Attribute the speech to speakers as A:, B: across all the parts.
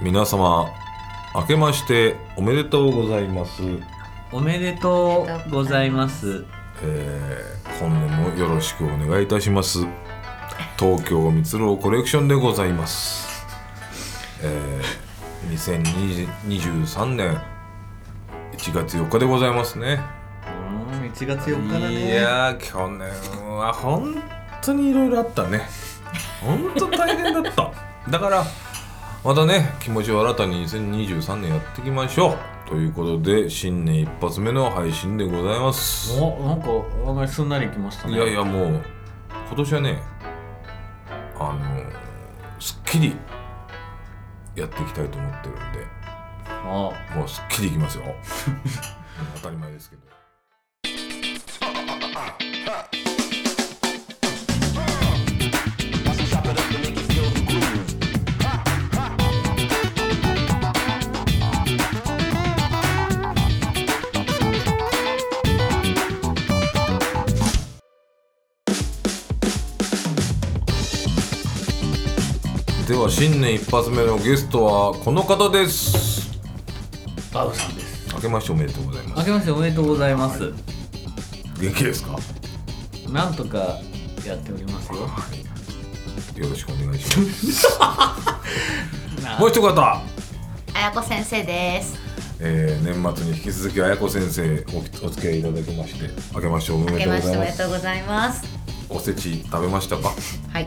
A: 皆様明けましておめでとうございます、
B: おめでとうございます。
A: えー今年もよろしくお願いいたします東京みつろうコレクションでございます、えー、2023年1月4日でございますね
B: うん、1月4日だね。
A: いやー去年は本当にいろいろあったね本当大変だった だからまたね気持ちを新たに2023年やっていきましょうということで新年一発目の配信でございます
B: お、なんか、案外すんなりきましたね。
A: いやいやもう今年はねあのすっきりやっていきたいと思ってるんで
B: ああ。
A: もうすっきりいきますよ 当たり前ですけどでは新年一発目のゲストはこの方です
B: バウさんです。
A: 明けましておめでとうございま
B: 明
A: す
B: けましておめでとうございます。
A: 元気ですか
B: なんとかやっておりますよ。
A: はいよろしくお願いしますもう一方
C: あやこ先生です。
A: えー、年末に引き続き綾子先生おお付き合いいただきまして明けましておめで
C: 明け
A: とう
C: ま
A: ご
C: し
A: ざ
C: て
A: い
C: お
A: ま
C: めですとうございます。
A: おせち食べましたか
C: はい、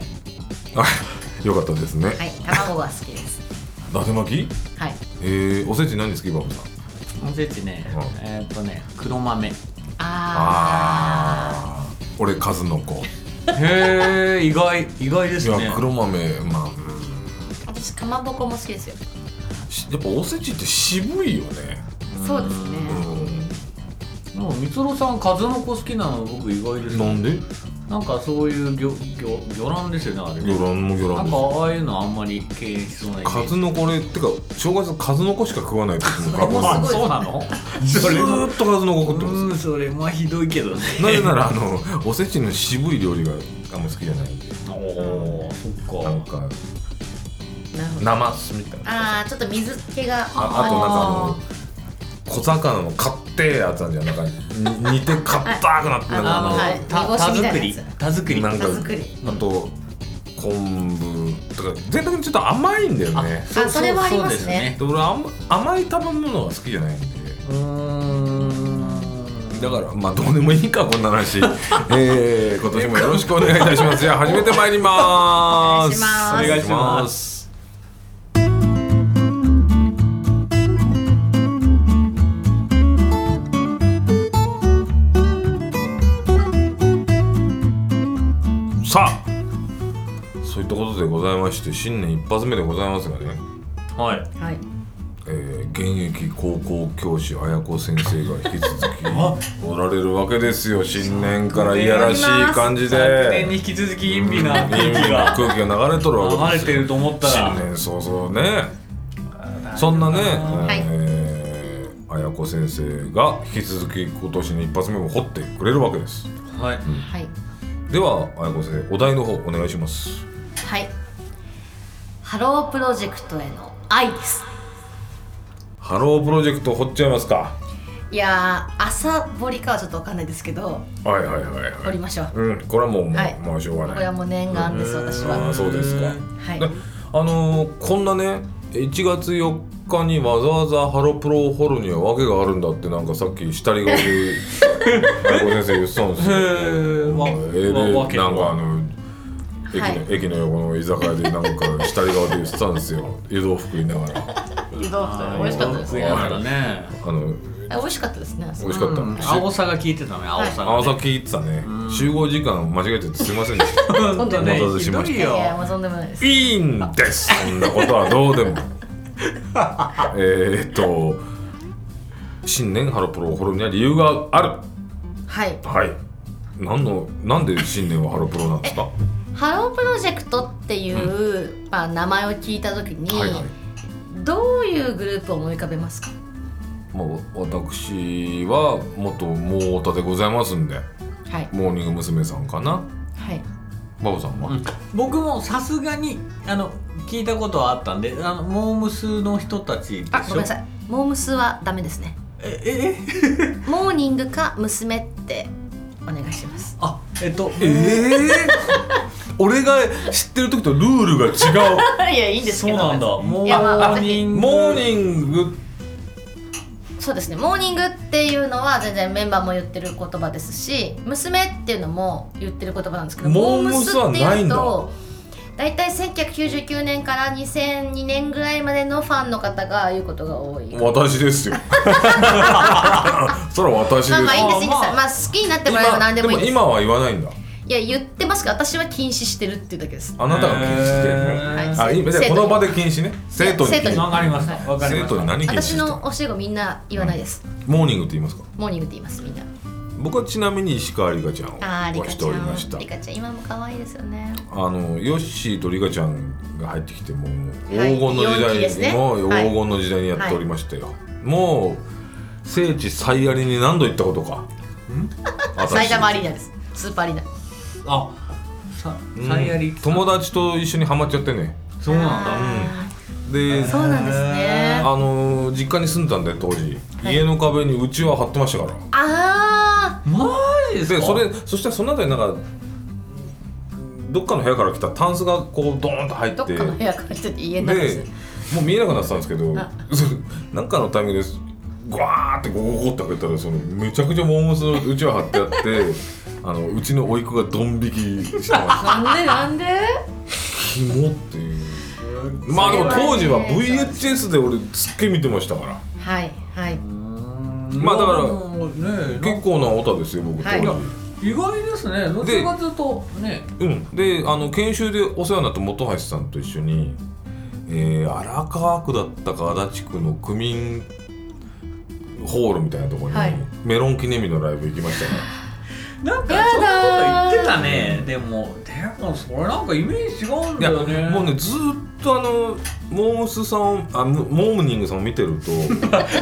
A: はいよかったですね、
C: はい、卵が好きです。
A: 伊達巻き
C: はい、
A: えー、おせち何好きバブさん
B: おせちね
A: うん、
B: えーっとね、黒豆。へ
C: あ
A: あー俺数の子
B: え、意外、意外で
A: い
B: すね
A: や。黒豆まあうん
C: ー私かまぼこも好きですよ。
A: しやっぱおせちって渋いよね
C: そうですね。
A: う
B: でも、みつろさん、数の子好きなの、僕意外です
A: んな
B: ね。
A: んで
B: なんか、そういう魚、魚、魚卵ですよね、あれね。
A: 魚卵も魚
B: な
A: 卵
B: ん
A: で
B: か、ああいうの、あんまり敬遠しそうなイメージ。
A: 数の子ねってか正月数の子しか食わないって言っても
C: あ
A: 過
C: すごい
B: そう なの
A: ずーっと数の子食ってます
B: うんそれまあひどいけどね
A: なぜならあのおせちの渋い料理があんま好きじゃないんで
B: おおそっ
A: なん
B: か
A: か
C: なるほど。
A: なますみたいな
C: ああ、ちょっと水気が。
A: ああとなんかあの小魚の買ってやつあんじゃんなんかに煮てかったくなってな
C: あ
A: ん
C: の
A: かあの、
C: はい
B: た
C: 煮干しみた
B: 手
C: い
B: 作
C: なや
B: り
C: つ
B: 手作り
A: なん
C: 手
A: か
C: 作り。
A: あと昆布とか全体にちょっと甘いんだよね
C: あそれはありますね
A: で俺あんま甘い食べ物が好きじゃないんで
B: そうですねうーん
A: だからまあどうでもいいかこんな 話えー、今年もよろしくお願いいたしますじゃあ始めてまいりまーす
C: お願いします
B: お願いします
A: さあそういったことでございまして新年一発目でございますがね、
B: はい
C: はい。
A: えー現役高校教師綾子先生が引き続
B: あ
A: きおられるわけですよ新年からいやらしい感じで
B: 昨年に引き続き陰微な空気が
A: 空気が流れとるわけ
B: 流
A: で
B: れ
A: す
B: て
A: よ
B: ると思ったら
A: 新年早々ねそんなね、
C: い
A: えー綾子先生が引き続き今年の一発目も掘ってくれるわけです
B: はい
C: はい。
A: では綾子先生お題の方お願いします
C: はい。ハロープロジェクトへの愛です。
A: ハロープロジェクト掘っちゃいますか
C: いやー、朝掘りかはちょっとわかんないですけど、
A: はいはいはいは
C: 掘
A: い
C: りましょう。
A: うんこれはもう、もう
C: はい
A: まあしょうが
C: こ
A: ない
C: れはもう念願です、私
A: あ
C: は
A: ー。そうですか
C: はい
A: で。あのーこんなね1月4日にわざわざハロプロを掘るには訳があるんだってなんかさっき下り顔で綾子先生言ってたんです
B: へ
A: よ
B: え
A: まあ
B: わ
A: え
B: わわ
A: ー
B: け
A: でなんかあの駅の,、
C: はい
A: 駅の横の居酒屋でなんか下り側で言ってたんですよ湯豆腐食いながら
C: 湯豆腐とか美味しかったですね。
B: よ
C: あ
B: かったね
A: あの
C: 美味しかったですね。
A: 美味しかった、
B: うん
A: し
B: 青さが効いてたね青さ
A: あ
B: が
A: さっき言ってたね集合時間間違えててすいませんでし
B: 今
C: 度
B: ね
A: お待たせ
B: ひ
A: し
B: ど
A: ました
B: い
C: いやい
B: よ
C: や、もうとんでもないです
A: た。いいんですそんなことはどうでもえーっと新年ハロプロを掘るには理由がある
C: はい。
A: はい。なんの、なんで新年はハロプロなんですか。は
C: ハロープロジェクトっていう、まあ、名前を聞いた時に、
A: いはい。
C: どういうグループを思い浮かべますか
A: まあ、私は元モータでございますんで、
C: はい
A: モーニング娘さんかな。
C: はい
A: バボさんは、
B: うん僕もさすがにあの聞いたことはあったんであのモームスの人たちでしょ
C: あごめんなさ
B: い
C: いモームスはダメですね
B: えええ
C: モーニングか娘ってお願いします
B: あえっと
A: ええ俺が知ってる時とルールが違う
C: いやいいんです
B: そう
C: けど
B: なんだモ
C: いやまあ
B: ーニング
A: モーニング
C: そうですねモーニングっていうのは全然メンバーも言ってる言葉ですし娘っていうのも言ってる言葉なんですけど
A: モー
C: モー
A: ム
C: ム
A: ス
C: ス
A: は
C: って
A: ない
C: い
A: ん
C: う
A: だ
C: と大体1999年から2002年ぐらいまでのファンの方が言うことが多い。
A: 私ですよそれは私です
C: まあまあいいんですいいんです
B: まあまあ
C: まあ好きになってもらえば何でもいい
A: 今
C: です
A: 今は言わないんだ
C: いや言ってますけど私は禁止してるっていうだけです
A: あなたが禁止してる
B: へ
A: ね
B: ー
A: あ今じゃあ
C: 生
A: こ
C: 徒に
A: の場で禁止ね生徒に禁
C: 生
A: 止
C: 徒
B: わかりましたわかり
A: 生
B: ま
A: 徒に
B: した
A: 何禁止し
C: 私
A: てる
C: の教え子みんな言わないです、
A: モーニングって言いますか
C: モーニングって言いますみんな
A: 僕はちなみに石川リカちゃんを
C: あーリ
A: は
C: カ
A: し
C: ち
A: ておりまし
C: ゃ
A: た
C: んリカちゃん今も可愛いですよね
A: あのヨッシーとリカちゃんが入ってきてもう
C: はい
A: 黄金の時
C: 四期です
A: 代
C: ね
A: にもう
C: はい
A: 黄金の時代にやっておりましたよ、もう聖地最ありに何度行ったことか私
C: 埼玉アリーナですスーパーアリーナ
B: あさ
A: うん
B: サイヤリ
A: 友達と一緒にハマっちゃってね
B: そうなんだ
C: あ
A: で
C: ーそうなんです
A: あ
C: ね
A: のー実家に住んでたんで当時、
C: はい
A: 家の壁にうちは貼ってましたから
C: あ
B: マジです
A: で
B: か
A: それそしたらその後になんかどっかの部屋から来たタンスがこうドーンと入っ
C: ーどってかの部屋からちょっと家になって
A: でもう見えなくなってたんですけど なんかのタイミングでゴワーってゴゴゴって開けたらそのめちゃくちゃモームスのうちは貼ってあって あのうちの甥いっ子がドン引きしてまし
C: な んでなんで
A: たキモっていうまあでも当時は VHS で俺すっげえ見てましたから
C: はいはいう
B: ーん
A: まあだから
B: もうね
A: 結構なオタですよ僕当
C: はい
A: 時、
B: 意外ですねどっちかというとね
A: うんであの研修でお世話になった本橋さんと一緒に、えー、荒川区だったか足立区の区民ホールみたいなところに、
C: はい
A: メロン記念日のライブ行きましたね
B: なん
C: や
B: か
C: だー
B: そんなこと言ってたねでもでもそれなんかイメージ違うん
A: いや
B: だよね
A: もうねずーっとあのモームスさんをあモモーニングさんを見てる と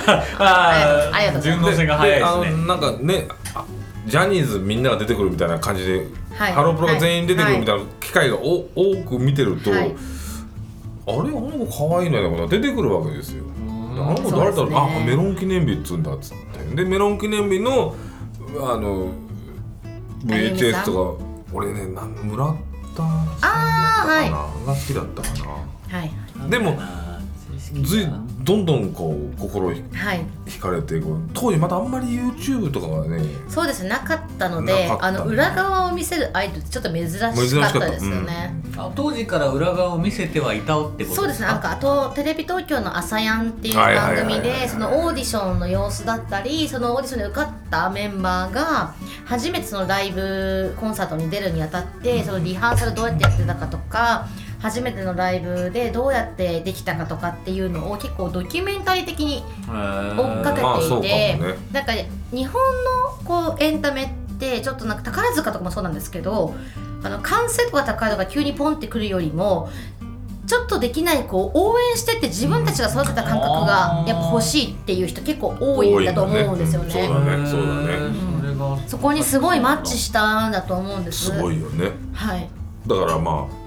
B: あー
C: ありがとうござい
B: 順
C: ま
B: 応性が早い
A: あの
B: ですね
A: なんかねあジャニーズみんなが出てくるみたいな感じで、
C: はい
A: ハロプロが全員出てくるみたいな機会がお、多く見てると、
C: はい
A: あれあの子可愛いねだから出てくるわけですよ。あの子誰だろ
C: そう
A: う、
C: ですね
A: あメロン記念日っつうんだっつってでメロン記念日のあの
C: あゆみさ
A: VHS
C: ん
A: とか俺ねなん村田さんだった
C: あーはい
A: かなが好きだったかな。
C: はい
A: でもずいどんどんこう心惹
C: はい
A: かれてこう当時まだあんまり YouTube とかがね
C: そうですねなかったの
A: な
C: で
A: かった
C: あの裏側を見せるアイドルってちょっと珍しか
A: 珍しか
C: っ
A: った
C: たですよね、
B: あ当時から裏側を見せてはいたってこと
C: そうですねなんかあとテレビ東京の「朝やん」っていう
A: はいはいは
C: 番
A: いはい
C: 組でそのオーディションの様子だったりそのオーディションで受かったメンバーが初めてそのライブコンサートに出るにあたってそのリハーサルどうやってやってたかとか初めてのライブでどうやってできたかとかっていうのを結構ドキュメンタリー的に追っかけ
A: まあそ
C: て
A: う
C: い
A: かも
C: て、
A: ね
C: なんか日本のこうエンタメってちょっとなんか宝塚とかもそうなんですけどあの完成度が高いのが急にポンってくるよりもちょっとできない子を応援してって自分たちが育てた感覚がやっぱ欲しいっていう人結構多いんだと思うんですよね。
A: 多いんだね
B: そう
A: う
B: だ
A: だ
B: ね
A: ねそうだね
B: ね
C: そこにすごいマッチしたんだと思うんです。
A: すごいよね
C: はい。
A: だからまあ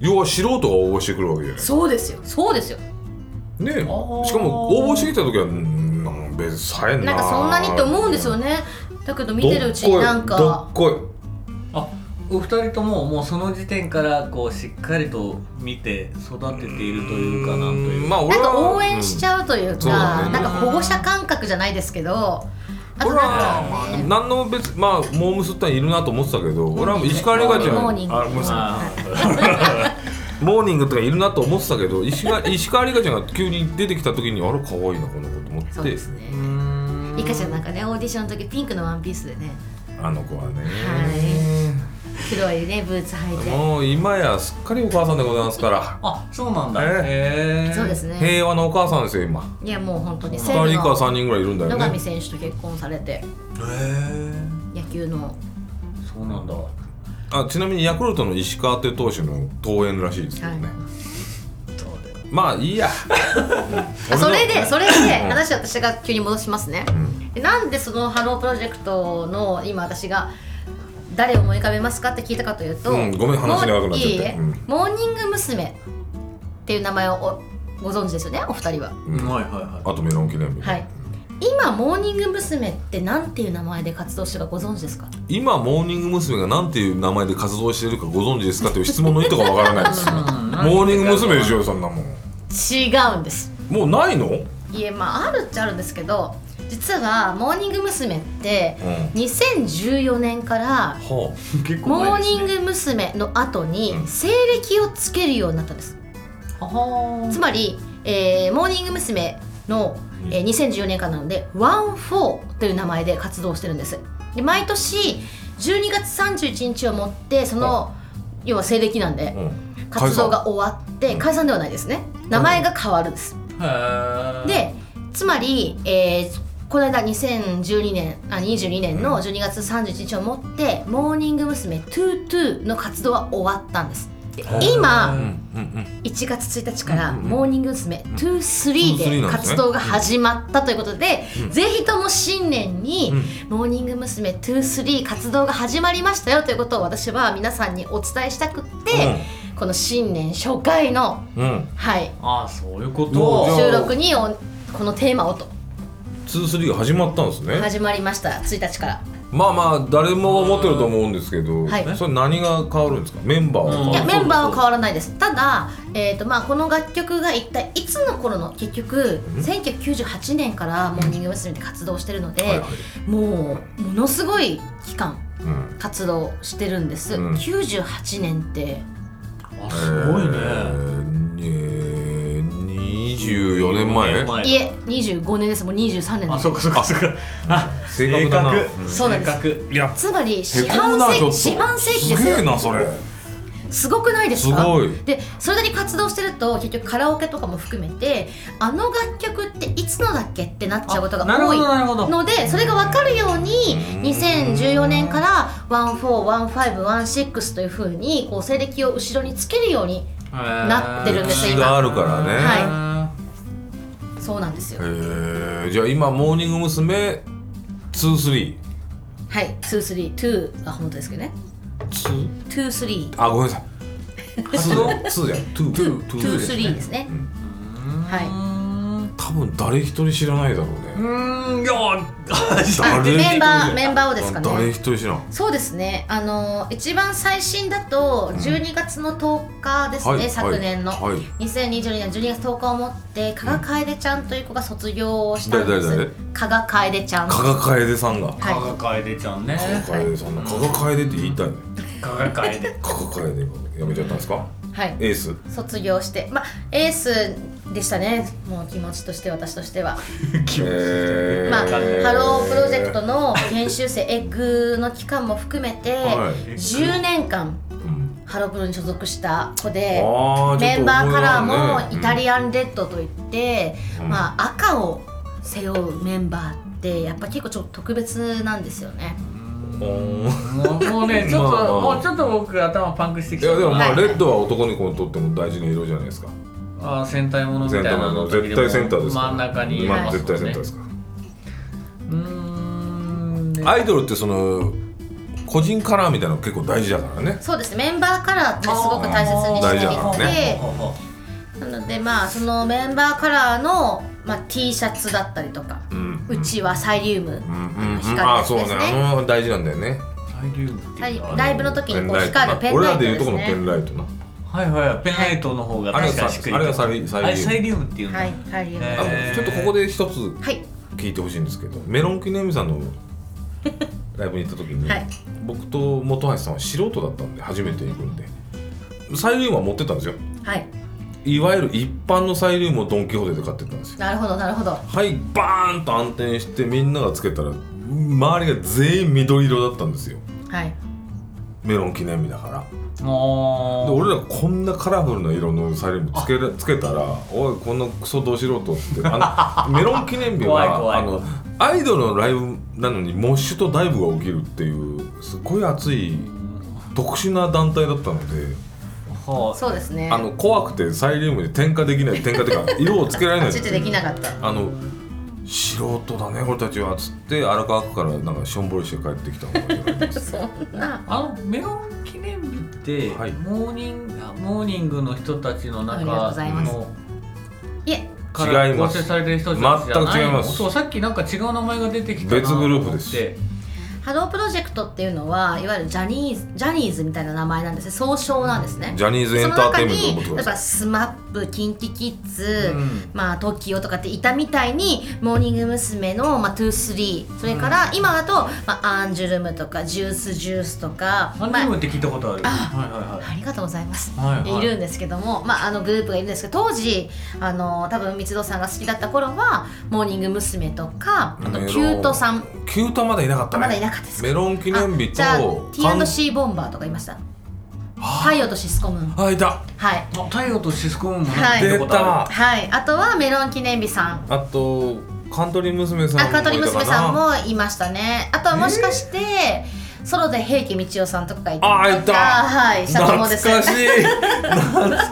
A: 要は素人が応募してくるわけじゃ
C: そうですよ。そうですよ。
A: ないねえ
B: ー
A: しかも応募してきた時はうんなん別にさえんな
C: なんかそんなにって思うんですよ
A: ね
C: ね。だけど見てるうちになん
A: ど
C: か
A: っこい
B: あお二人とももうその時点からこうしっかりと見て育てているというかなんという
A: まあ俺
C: なん
A: は
C: か応援しち
A: ゃ
C: ゃうという
A: そうだ
C: か、
A: ね
C: なんか保護者感覚じゃないですけど、あ
A: 俺
C: となん
A: は
C: か、
A: まあ何の別まあモームスっているなと思ってたけど俺は石川
C: モ
A: 瑠
C: ー
A: 香
C: ニ
A: ち
C: ング
A: ゃん
C: モーニング
A: あごめんなさい
B: ま
A: モーニングとかいるなと思ってたけど石川石川里香ちゃんが急に出てきた時にあれ可愛いなこの子と思
C: そ
A: っ
C: う
A: て
C: ですね。
B: あ
C: リカちゃんなんかねオーディションの時ピンクのワンピースでね
A: あの子はね、
C: 黒いねブーツ履いて
A: もう今やすっかりお母さんでございますから
B: あそうなんだへ
C: そうです
B: ね
C: ね
A: 平和なお母さんですよ今
C: いやもう本当に
A: 2
C: 西武
A: 人か
C: の
A: 3人ぐらいいるんだよ
C: 野上
A: ね
C: 選手と結婚されて
B: へ
C: 野球の
B: えそうなんだ
A: あちなみにヤクルトの石川っていう投手の登園らしいですけどね、
C: はい
A: まあいいや
C: あ それでそれで
A: うん
C: 話私が急に戻しますね
A: うん
C: でなんでそのハロープロジェクトの今私が誰を思い浮かべますかって聞いたかというと、
A: うんごめん話長くなっちゃって
C: モーいいえ
A: うん
C: モーニング娘。っていう名前をおご存知ですよねお二人は。
A: うん
B: はいはいは
A: あとメロン記念日、
C: はい今モーニング娘。ってなんていう名前で活動してるかご存知ですか
A: 今モーニング娘。がなんていう名前で活動しているかご存知ですかという質問の意図がわからないですよモーニング娘。でしょそんなもん
C: 違うんです。
A: もうないの、うん、
C: いえまああるっちゃあるんですけど実はモーニング娘。って2014年から
A: は
B: うん結構
C: モー
B: 前です
C: ニ
B: ね
C: ング娘。の後に
A: うん
C: 西暦をつけるようになったんです、つまり、えーモーニング娘。の、えー2014年からなので「ワンフォーという名前で活動してるんですで毎年12月31日をもってその要は西暦なん
A: あ、
C: で
A: うん、
C: 活動が終わって解散ではないですね名前が変わるんです
B: へー
C: でつまり、えーこの間2012年あ22年の12月31日をもって、モーニング娘。トゥートゥーの活動は終わったんですで
A: う
C: 今
A: んうん
C: 1月1日から、
A: うんうんうん
C: モーニング娘。トゥースリ
A: トゥースリー
C: ー
A: な
C: で
A: んですね
C: 活動が始まったということで、
A: うん
C: ぜひとも新年に、
A: うん
C: モーニング娘。トゥースリー活動が始まりましたよということを私は皆さんにお伝えしたくって、この新年初回の、
A: うんうん
C: はい、
B: ああそういうこ
A: おー
B: と
C: 収録におこのテーマをと。
A: 23が始まったんですね、
C: 始まりました1日から
A: まあまあ誰も思ってると思うんですけど、
C: はい
A: それ何が変わるんですかメンバーは変わる
B: あ
C: いや
B: そう
C: メンバーは変わらないですただ、えーとまあ、この楽曲が一体いつの頃の結局
A: うん
C: 1998年からモーニング娘。で活動してるので、
A: はいはい
C: もうものすごい期間
A: うん
C: 活動してるんです、
A: うん
C: 98年って
B: あすごいね
A: えーえー24年前
C: いえ25年ですもう23年
B: あ
C: です
B: そっかそっかそっかあ
A: 正確だな
B: 正確
A: うん
C: そうなんで
B: 正
C: す
B: 確
A: いや
C: つまり
A: へ
C: 四
A: こむ
C: 半
A: な
C: 世
A: ちょっと
C: 紀四半世紀ですす
A: げえ
C: よ
A: なそれ
C: すごくないです
A: す
C: か
A: ごい
C: でそれだけ活動してると結局カラオケとかも含めてあの楽曲っていつのだっけってなっちゃうことが
B: なる
C: 多
B: ほど
C: い
B: なるほど
C: のでそれが分かるように
A: うん
C: 2014年から141516というふうにこう西暦を後ろにつけるようになってるんですよ
A: 歴史があるからね
B: は
C: そうなんですよ
A: えーじゃあ今モーニング娘。23
C: はい232あ本当ですけどね23
A: あごめんなさい
B: 活動
A: 2じゃん2
C: 23ですね
A: うん
C: はい
A: 多分誰一人知らないだろう
B: う
A: ね
B: ーんいや
C: あ
A: 誰
C: メンバーメンバーをですかね
A: 誰一人知らん
C: そうですねあの一番最新だと12月の10日ですね、
A: はい
C: 昨年の、
A: はい
C: 2022年12月10日をもって加賀楓ちゃんという子が卒業をしたんで
A: 誰
C: す、
A: 誰誰
C: 加賀楓ちゃん
A: 加賀楓さんが
B: 加
C: は
B: 賀楓ちゃんね
A: 加賀楓さんの加賀楓って言いたいね
B: 加賀楓
A: 加賀楓がやめちゃったんですか
C: い、はい、
A: エース
C: 卒業してまあエースでしたねもう気持ちとして私としては、
A: えー
C: まあハロープロジェクトの研修生エッグの期間も含めて、
A: はい
C: 10年間
A: うん
C: ハロプロに所属した子
A: あ
C: で
A: ーちょっと思い出あるね
C: メンバーカラーもイタ
A: ア
C: リアンレッドといって、
A: うん
C: まあ赤を背負うメンバーってやっぱ結構ちょっと特別なんですよね。
B: もうねちょっ
A: まあま
B: と
A: あ
B: もうちょっと僕頭パンクしてき
A: いやでもま
B: た
A: あレッドは男にとっても大事な色じゃないですか
B: あー戦隊ものみた
A: セン
B: い
A: ター
B: な
A: な
B: の
A: の絶対センターですから
B: 真ん中にい
A: まあ
B: ま
A: 絶
B: す
A: 対
B: も
A: セ
B: ん
A: ンター
B: ね
A: ですから
B: うーんね
A: アイドルってその個人カラーみたいなの結構大事だからね
C: そうですねメンバーカラーってすごく大切にして
A: 大
C: い
A: 事だから
C: て
A: ね
B: ほうほうほ
C: なのでまあそのメンバーカラーの、まあ、T シャツだったりとか
A: うん
C: うちはサイリウム
A: うんうんう
C: 光る
A: ん
C: や
A: あ
C: つ
A: そう
C: で
A: ね
C: すね
A: あの大事なんだよね
B: うサイリウムっていうのは
C: ラ
B: ね
C: イブの時にこう
A: ライト
C: 光るペン
A: 俺
C: ラ
A: ら
C: イト
A: でいう
C: で
A: とこ
C: す
A: のペン
C: ね
A: ライトな
B: はいはいペンライトの方が
A: あれは
B: 確
A: さ
B: かにしっくり
A: あれはサイサイリウム
B: あれサイリウムっていうんだ
C: はいサイリウム
B: え
A: あ
B: ー
A: ちょっとここで一つ
C: はい
A: 聞いてほしいんですけどメロン記念日さんのライブに行った時に、
C: はい
A: 僕と本橋さんは素人だったんで初めて行くんでサイリウムは持ってったんですよ
C: はい
A: いわゆる一般のサイリウムをドン・キホーテで買ってったんですよ
C: なるほどなるほど
A: はいバーンと暗転してみんながつけたら周りが全員緑色だったんですよ
C: はい
A: メロン記念日だから
B: も
A: で
B: う
A: 俺らこんなカラフルな色のサイリウムつけらつけたらおいこんなクソど素人ってあ のメロン記念日
B: 怖い
A: は
B: 怖い
A: あのアイドルのライブなのにモッシュとダイブが起きるっていうすごい熱い特殊な団体だったので
B: は
C: そうですね
A: あの怖くてサイリウムで点火できない点火っていうか色をつけられない
C: ちょっとできなかった
A: あの素人だね俺たちは」つって荒川区からなんかしょんぼりして帰ってきた方がいいんじゃないですか
C: な
B: あのメロン記念日って、
A: はい
B: モーニングモーニングの人たちの
C: ありがとうご
B: 中
C: ざい
A: ます
B: の
C: いえ
B: から
A: 違いま
B: 構
A: す
B: 成されてる人たちじゃないの
A: 全く違います
B: そうさっきなんか違う名前が出てきたな
A: 別グループです
B: と思って
C: ハロープロジェクトっていうのはいわゆるジャニーズジャニーズみたいな名前なんですね総称なんですね
A: ジャニーズエ
C: そ
A: ン
C: の
A: ターテ
C: 中
A: インメントのこ
C: に
A: と
C: や
A: で
C: っ
A: す
C: ぱスマップキンキキッズ、
B: うん
C: まあ TOKIO とかっていたみたいにモーニング娘。の、まあ、23それから今だと、まあ、アンジュルムとかジュースジュースとか、
B: アン
C: ま
B: ジュルム
C: あ、
B: って聞いたことある、はいはいはい
C: ありがとうございます、
B: はいはい
C: いるんですけども、まあ、あのグループがいるんですけど当時あの多分光堂さんが好きだった頃はモーニング娘。とかあとキュートさん
A: キュートまだいなかった
C: あ
A: ね
C: まだいなかったですか
A: メロン記念日
C: あ
A: と
C: じゃあ
A: かん
C: T&C ボンバーとかいました太陽とシスコムーン
A: あいた
C: はい
B: あ太陽とシスコムもなんか
C: はい
B: 聞い
A: 出
B: たことあ
A: た
C: はいあとはメロン記念日さん
A: あとカントリー娘さんもい
C: あカ
A: た
C: トリ
A: かな
C: 娘さんもいましたねあとはもしかして、ソロで平家道夫さんとかがいたりとか
A: あいた
C: はい社長もです
A: 懐かしい懐かし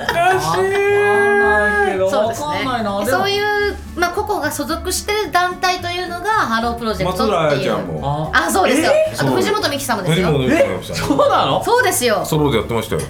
B: るわかんないけど
C: そう
B: わ
C: です
B: かんないな
C: ね
B: でも
C: そういう、まあ、個々が所属してる団体というのがハロープロジ
A: い
C: ェクト
A: 松
C: っ
A: 浦彩
C: ていう
A: ちゃんも
B: あ
C: あそうですよあと
A: そう
C: 藤本美貴さんもです
A: 藤
C: よ
A: 本美貴さんも
B: え
A: した
B: そうなの
C: そうですよ
A: ソロでやってましたよ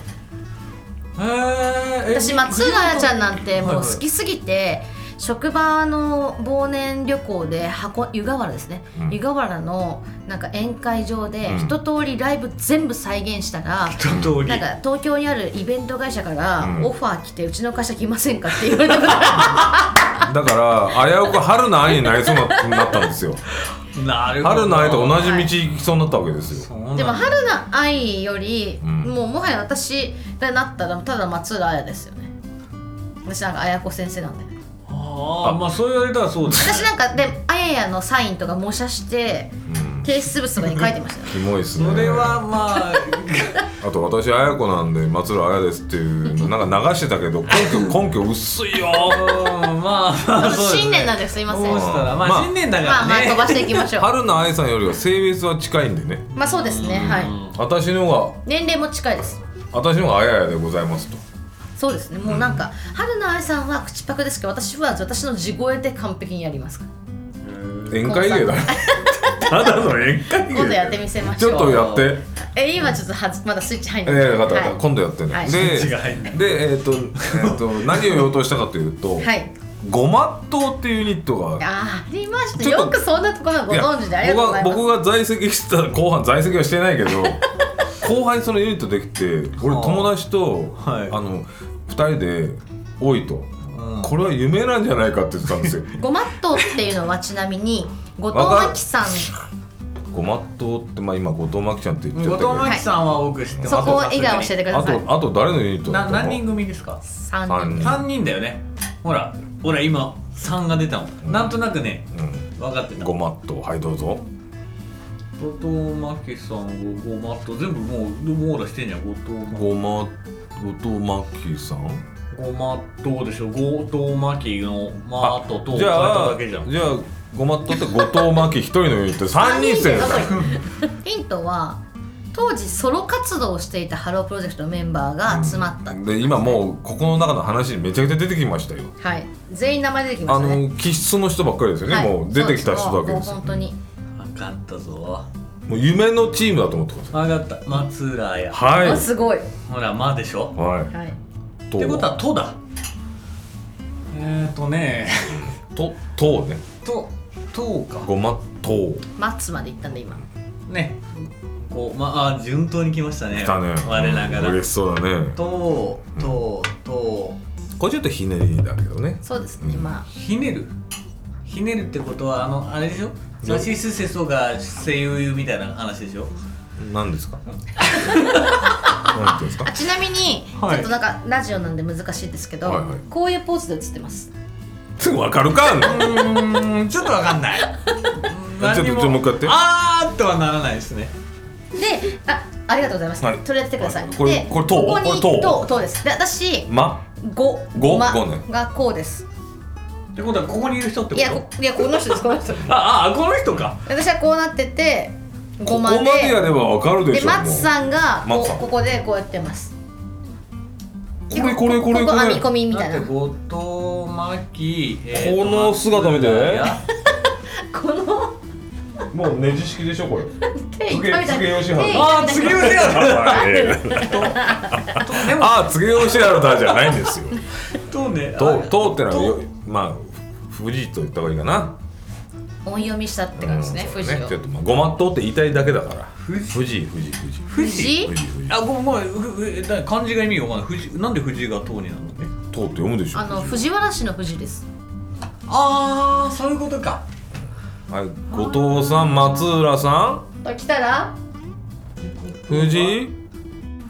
B: へーえ
C: 私松浦彩ちゃんなんてもう
B: はいはい
C: 好きすぎて職場の忘年旅行で箱湯河原ですね、
A: うん
C: 湯河原のなんか宴会場で
A: うん
C: 一通りライブ全部再現したら、
B: 一通り
C: なんか東京にあるイベント会社から
A: うん
C: オファー来てうちの会社来ませんかって言われたことが
A: だから危うく春の愛になりそうななったんですよ
B: なるほど
A: 春の愛と同じ道行きそうになったわけですよ
B: そうなんだ
C: でも春の愛より、
A: うん
C: もうもはや私がなったらただ松浦綾ですよね私なんか綾子先生なんで
B: ああまあそう言われたらそう だ
C: 私なんかで綾やのサインとか模写して
A: うん
C: 提出物とかに書いてま したよ
A: キモいっすね
B: それはまあ
A: あと私綾子なんで松浦綾ですっていうのなんか流してたけど根 拠根拠薄いよ
B: うんまあまあそうです
C: 新
B: ね
C: 年なんですいません
B: どう
C: ま
B: したらま
A: ま
B: あ
A: あ
B: 新年だから
C: あまあ飛ば
B: ね
C: していきまし ょう
A: 春の愛さんよりは性別は近いんでね
C: まあそうですねはい
A: 私の方が
C: 年齢も近いです
A: 私の方が綾やでございますと
C: そうですねもうなんか、春菜愛さんは口パクですけど私は私の地声で完璧にやりますから
A: 宴会芸だねただの宴会芸
C: 今度やってみせまし
A: ち
C: ょう
A: ょっとやって
C: え今ちょっとはずまだスイッチ入ん
A: ええ
C: ない
A: 分かった分かった
C: は
A: 今度やってね、
C: はい
A: で
B: スイッチが入んない
A: でえっ、と,、えー、と何を言おうとしたかというと、
C: い、はい、
A: ごまっとうっていうユニットが
C: あーありました
A: ちょっ
C: よ
A: と
C: くそんなところご
A: いや
C: 存知でありがとうございます
A: 僕が僕が在籍してた後半在籍はしてないけど後輩そのユニットできて俺友達と、
B: はい
A: あの2人で多いと、
B: うん
A: これは夢なんじゃないかって言ってたんですよ
C: ごまっとうっていうのはちなみに後藤
A: わか
C: 真希さん
A: ごまっとうって、まあ、今後藤真希ちゃんって言っちゃ
B: 後
A: っ
B: 藤
A: た
B: 真希さんは僕知ってます
C: そこを笑顔教え
B: て
C: てくだ
A: け
C: さい
A: どあとあと誰のユニットだ
B: な
A: った
B: 何
A: の
B: 人組ですか
C: 三
A: 三
C: 人
A: 人
B: 三人だよねほらほら今三が出たもんなんとなくね
A: う
B: 分かってた
A: ん、ごまっとうはいどうぞ
B: 後藤真希さんごまっと全部もう網羅してんじゃん後藤真希
A: ごま後藤真希さん
B: ごまっとうでしょ後藤真希のまーととを
A: じ
B: 変えた
A: ゃあ
B: だけじゃん
A: じゃあごまっとうって後藤真希一人のユニット3人生だ
C: 三人でヒントは当時ソロ活動をしていたハロープロジェクトのメンバーが集まった、
A: で今もうここの中の話にめちゃくちゃ出てきましたよ
C: はい全員名前出てき
A: あ
C: ましたね
A: の気質の人ばっかりですよね、
C: はい
A: もう出てきた人だけ
C: そう
A: で
C: です
A: すよ
C: もう本当に
B: 分かったぞ
A: もう夢のチームだと思ってくださ
B: 分かった松浦や
A: い
C: あ
A: は
C: すごい
B: ほら「ま」でしょ
A: いは
C: はい
A: い
B: っ
A: と
B: てことは「と」だえーとね
A: ととうね
B: 「と」「と」か
A: ごまとう
C: 松まで行ったんで今
B: ねこうまあ順当に来ましたね
A: 来たね
B: 我ながら
A: 嬉しそうだね
B: とうとうと
A: これちょっとひねりだけどね
C: そうですね、まあ
B: うひねるひねるってことはあのあれでしょナシスセソが声優みたいな話でしょ
A: 何です か何ていうんですか
C: あちなみに、
B: はい
C: ちょっとなんかラジオなんで難しいですけど、
A: はいはい
C: こういうポーズで映ってます
A: すぐわかる かあんの
B: うーんちょっとわかんない
A: ちょっとちょっともう一回やって
B: あーっとはならないですね
C: であありがとうございます、
A: はい
C: 取り上げてください、
A: はいこれ
C: で
A: これとう
C: こに
A: これとう
C: とうとうですで私
A: ま
C: ご
A: ご
C: ま
A: ごね
C: がこうです
B: ってことはここにいる人ってこ
C: い
B: と
C: やこいやこの人ですこの人
B: ああこの人か
C: 私はこうなっててご
A: ここ
C: ま
A: ま
C: で
A: でやればわかるで
C: で
A: しょもう
C: 松さんがこ
A: 松さん
C: ここでこうやってます
A: これこれこれ
C: ここ
A: こ
C: 編み込
A: れ
C: みみた
B: だ
C: い
B: っ
C: な
B: て後藤真希、
A: この姿見て
B: 松浦や
A: もうネジ式でしょこれ
C: 手
A: つ
C: いっぱ
A: げ
C: いだ
A: つげ吉
C: 手い
A: 原
C: っぱ
B: ああ
C: いだ
B: 次のせやだでも
A: ああつげ吉原だじゃないんです よ
B: とね
A: と
B: あ
A: とってのはよ
B: と
A: まあ富士と言った方がいいかな
C: 音読みしたって感じですね、
A: うん
C: 富
A: そう
C: 士
A: ちょっ
C: を
A: とまあごまっとうって言いたいだけだから
B: 富士
A: 富士富士富士
B: 富士
C: 士
A: 富士富士
B: あごめんごめんふえだ漢字が意味わかんない富士なんで富士が塔になるのね
A: とうって読むでしょ
C: あの
A: 富士
C: 藤原氏の富士です
B: ああそういうことか
A: はい後藤さん松浦さ
C: と来たら
A: ん富士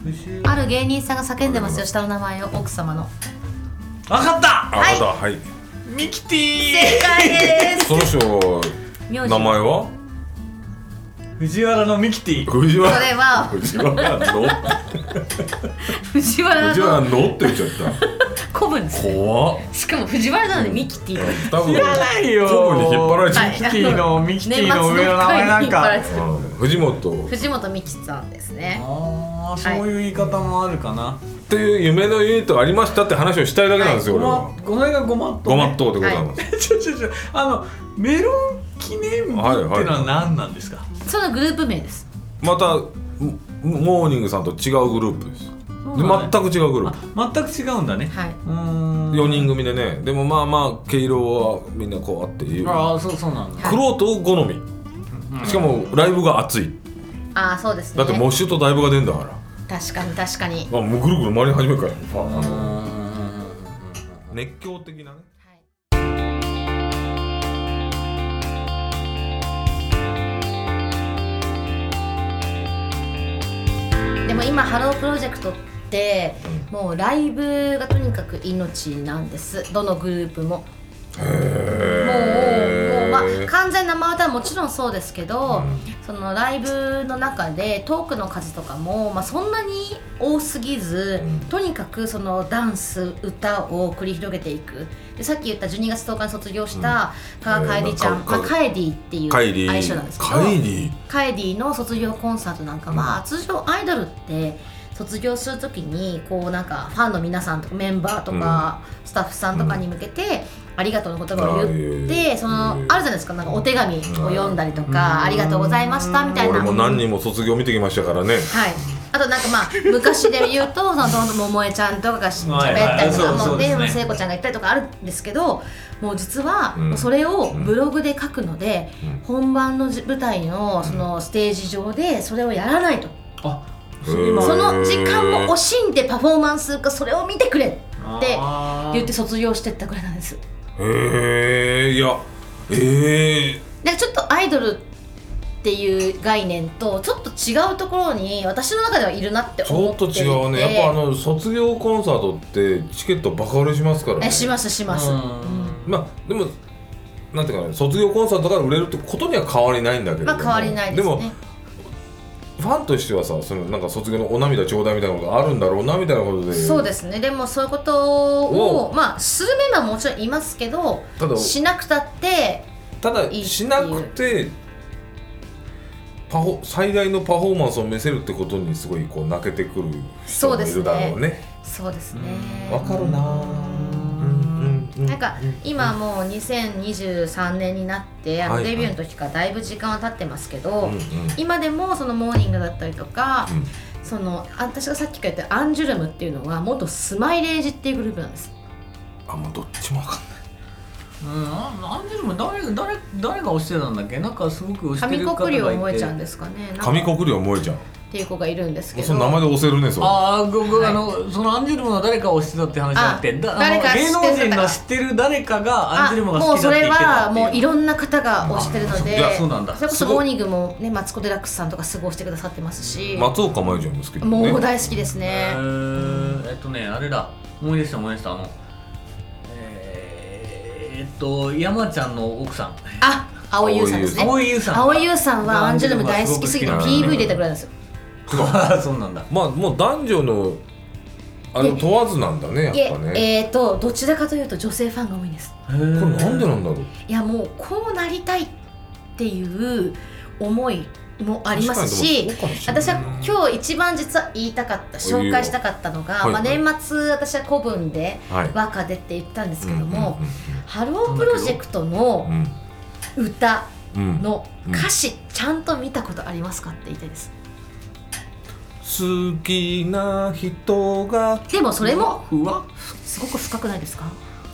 B: 富士
C: ある芸人さんが叫んでますよ下の名前を奥様の
B: わかった
A: あ
C: はい
A: またはい
B: ミキテ
C: 正
B: ィ
C: 解です
A: その人
C: 名
A: 名
C: 字
A: 前
C: そ
A: は
B: 藤原のミキティ
A: 藤原
C: れは
A: 藤原の
C: 藤原
A: 藤
C: の
A: 原のって言っちゃった
C: 古文です
A: 怖っ
C: しかも藤原なのでミキティ
A: 多分
B: 知らないよ
A: 昆布に引っ張られちゃ
C: は
A: う
C: い
B: ミキティのミキティの上の名前なん
C: 年末の回に引っ張られ
B: か
C: て
A: うん藤本
C: 藤本美貴さんですね
B: ああそういう言い方もあるかな
A: っていう夢のユニットがありましたって話をしたいだけなんですよ、
B: ご
A: 俺
B: ま
A: は
B: この辺がごまっと
A: ごまっ
B: と
A: とうでございます、
B: ちょちょちょあのメロン記念日っての
A: はいはい
B: は何なんですか
C: そのグループ名です
A: またモモーニングさんと違うグループです、
B: そう
A: で
B: だね
A: 全く違うグループ
B: あ全く違うんだね
C: はい、
B: うーん
A: 4人組でねでもまあまあ毛色はみんなこうあっていう
B: ああそうそうなんだ
A: くろうと好みしかもライブが熱い
C: ああそうですね
A: だってモッシュとダイブが出んだから
C: 確かに確かに、
A: あもうぐるぐる回り始めるからあ
B: うー
A: の
B: ん
A: 熱狂的なね
C: はいでも今ハロープロジェクトってもうライブがとにかく命なんですどのグループも。もうもう、まあ、完全な生歌はもちろんそうですけど、そのライブの中でトークの数とかも、まあ、そんなに多すぎず、
A: うん
C: とにかくそのダンス歌を繰り広げていくでさっき言った12月10日に卒業した加賀楓ちゃん、
A: えー
C: ま
A: ま
C: あ、
A: あ
C: カエディっていう
A: カイリー
C: 愛称なんですけど
A: カイリー
C: カエディの卒業コンサートなんかは、通常アイドルって卒業するときにこうなんかファンの皆さんとかメンバーとか、スタッフさんとかに向けて、ありがとうの言葉を言っ
A: ああいえい
C: て
A: え
C: そのあ
A: いえい
C: る
A: え
C: じゃないですかなんかお手紙を読んだりとか、ありがとうございましたみたいな
A: 俺も何人も卒業見てきましたからね
C: はい、あとなんかまあ昔で言うと そのどんどん桃江ちゃんとかがしゃ
B: は
C: べ
B: い
C: っ
B: はい
C: たりと
B: そう
C: かも
B: そうで
C: です
B: ね
C: 聖子ちゃんが言ったりとかあるんですけどもう実は
A: うん
C: もうそれをブログで書くので、
A: うん
C: 本番のじ舞台のそのステージ上でそれをやらないと、
B: あ
A: へー
C: その時間を惜しんでパフォーマンスするかそれを見てくれって
B: で
C: 言って卒業してったぐらいなんです
A: へえいやええ
C: なんかちょっとアイドルっていう概念とちょっと違うところに私の中ではいるなって
A: ちょ
C: 思
A: っ
C: って
A: と
C: いて
A: 違うねやっぱあの卒業コンサートってチケット爆売れしますからね
C: えしますします、うん
A: まあでもなんていうかね卒業コンサートから売れるってことには変わりないんだけれど
C: ま
A: も
C: あ変わりない
A: で
C: です
A: も
C: ね。
A: ファンとしてはさそのなんか卒業のお涙ちょうだいみたいなことがあるんだろうなみたいなことで
C: そうですね。でもそういうことを
A: を
C: まあするメンバーももちろんいますけど、
A: ただ
C: しなくたって
A: ただ
C: いい
A: しなくてパフォ最大のパフォーマンスを見せるってことにすごいこう泣けてくる人
C: そう
A: も
C: で
A: い
C: すね
A: るだろうね。
C: そうですね。
A: わ、かるなうんうんう
C: なんか今もう2023年になってあ
A: は
C: の
A: いはい
C: デビューの時からだいぶ時間は経ってますけ
A: う
C: ど
A: んうん、
C: 今でもそのモーニングだったりとか
A: うん、
C: そのあ私がさっきから言ったアンジュルムっていうのは元スマイレージっていうグループなんです。
A: あんまあどっちもわかんない。
B: うんあアンジュルム誰誰誰が押してたんだっけなんかすごく押して
C: 上
B: る方がい
C: 国
B: て
C: を覚えちゃうんですかね。なんか
A: 上国料萌えちゃん。
C: っていう子がいるんですけ
A: もう
C: ど。
A: その名前で押せるねそれ。
B: ああごご、
C: はい
B: あのそのアンジュルムの誰かを押してたって話じゃなくてだあの
C: 誰か知って
B: 芸
C: る
B: 能
C: 方
B: 人が知ってる誰かがアンジュルムが
C: も
B: 好
C: う
B: きだ
C: そ
B: って
C: れ
B: 言ってた
C: は
B: っていう
C: もういろんな方が推してるので
A: いや
B: そうなんだ
C: それこ
A: す
C: そ
A: ごい
C: モーニングもねマツコ・デラックスさんとかすごい推してくださってますし
A: 松岡茉優ちゃんも好きだよね。
C: もう大好きです
B: え
C: ね
B: ーえっとねあれだ思い出した思い出したあのえーえっと山ちゃんの奥さん
C: あ蒼井優さんですね
B: 蒼井優さん
C: 蒼井優さんはアンジュルム大好きすぎて
B: アンジ
A: ュルムがすごく好きなんだ
C: PV 出たぐらいなんですよ
B: あー そうなんだ
A: まあもう男女のあれを問わずなんだね
C: い
A: やっぱね。
C: ええーとどちらかというと女性ファンが多いんです
B: これ
A: これなんでなんだろう。
C: いやもうこうなりたいっていう思いもありますし
A: 確かにでもそうかも
C: 私
A: しれ
C: は
A: ないな
C: 今日一番実は言いたかった紹介したかったのが、
A: いいよ
C: ま
A: は
C: あ、
A: いはい
C: 年末私は古文で
A: はい
C: 和歌でって言ったんですけども、
A: うんうんうんうん
C: ハロープロジェクトの
A: うん
C: 歌
A: うん
C: の歌詞ちゃんと見たことありますかって言いたいです
A: 好きな人が
C: でもそれも
B: うわ
C: すごく深くないですか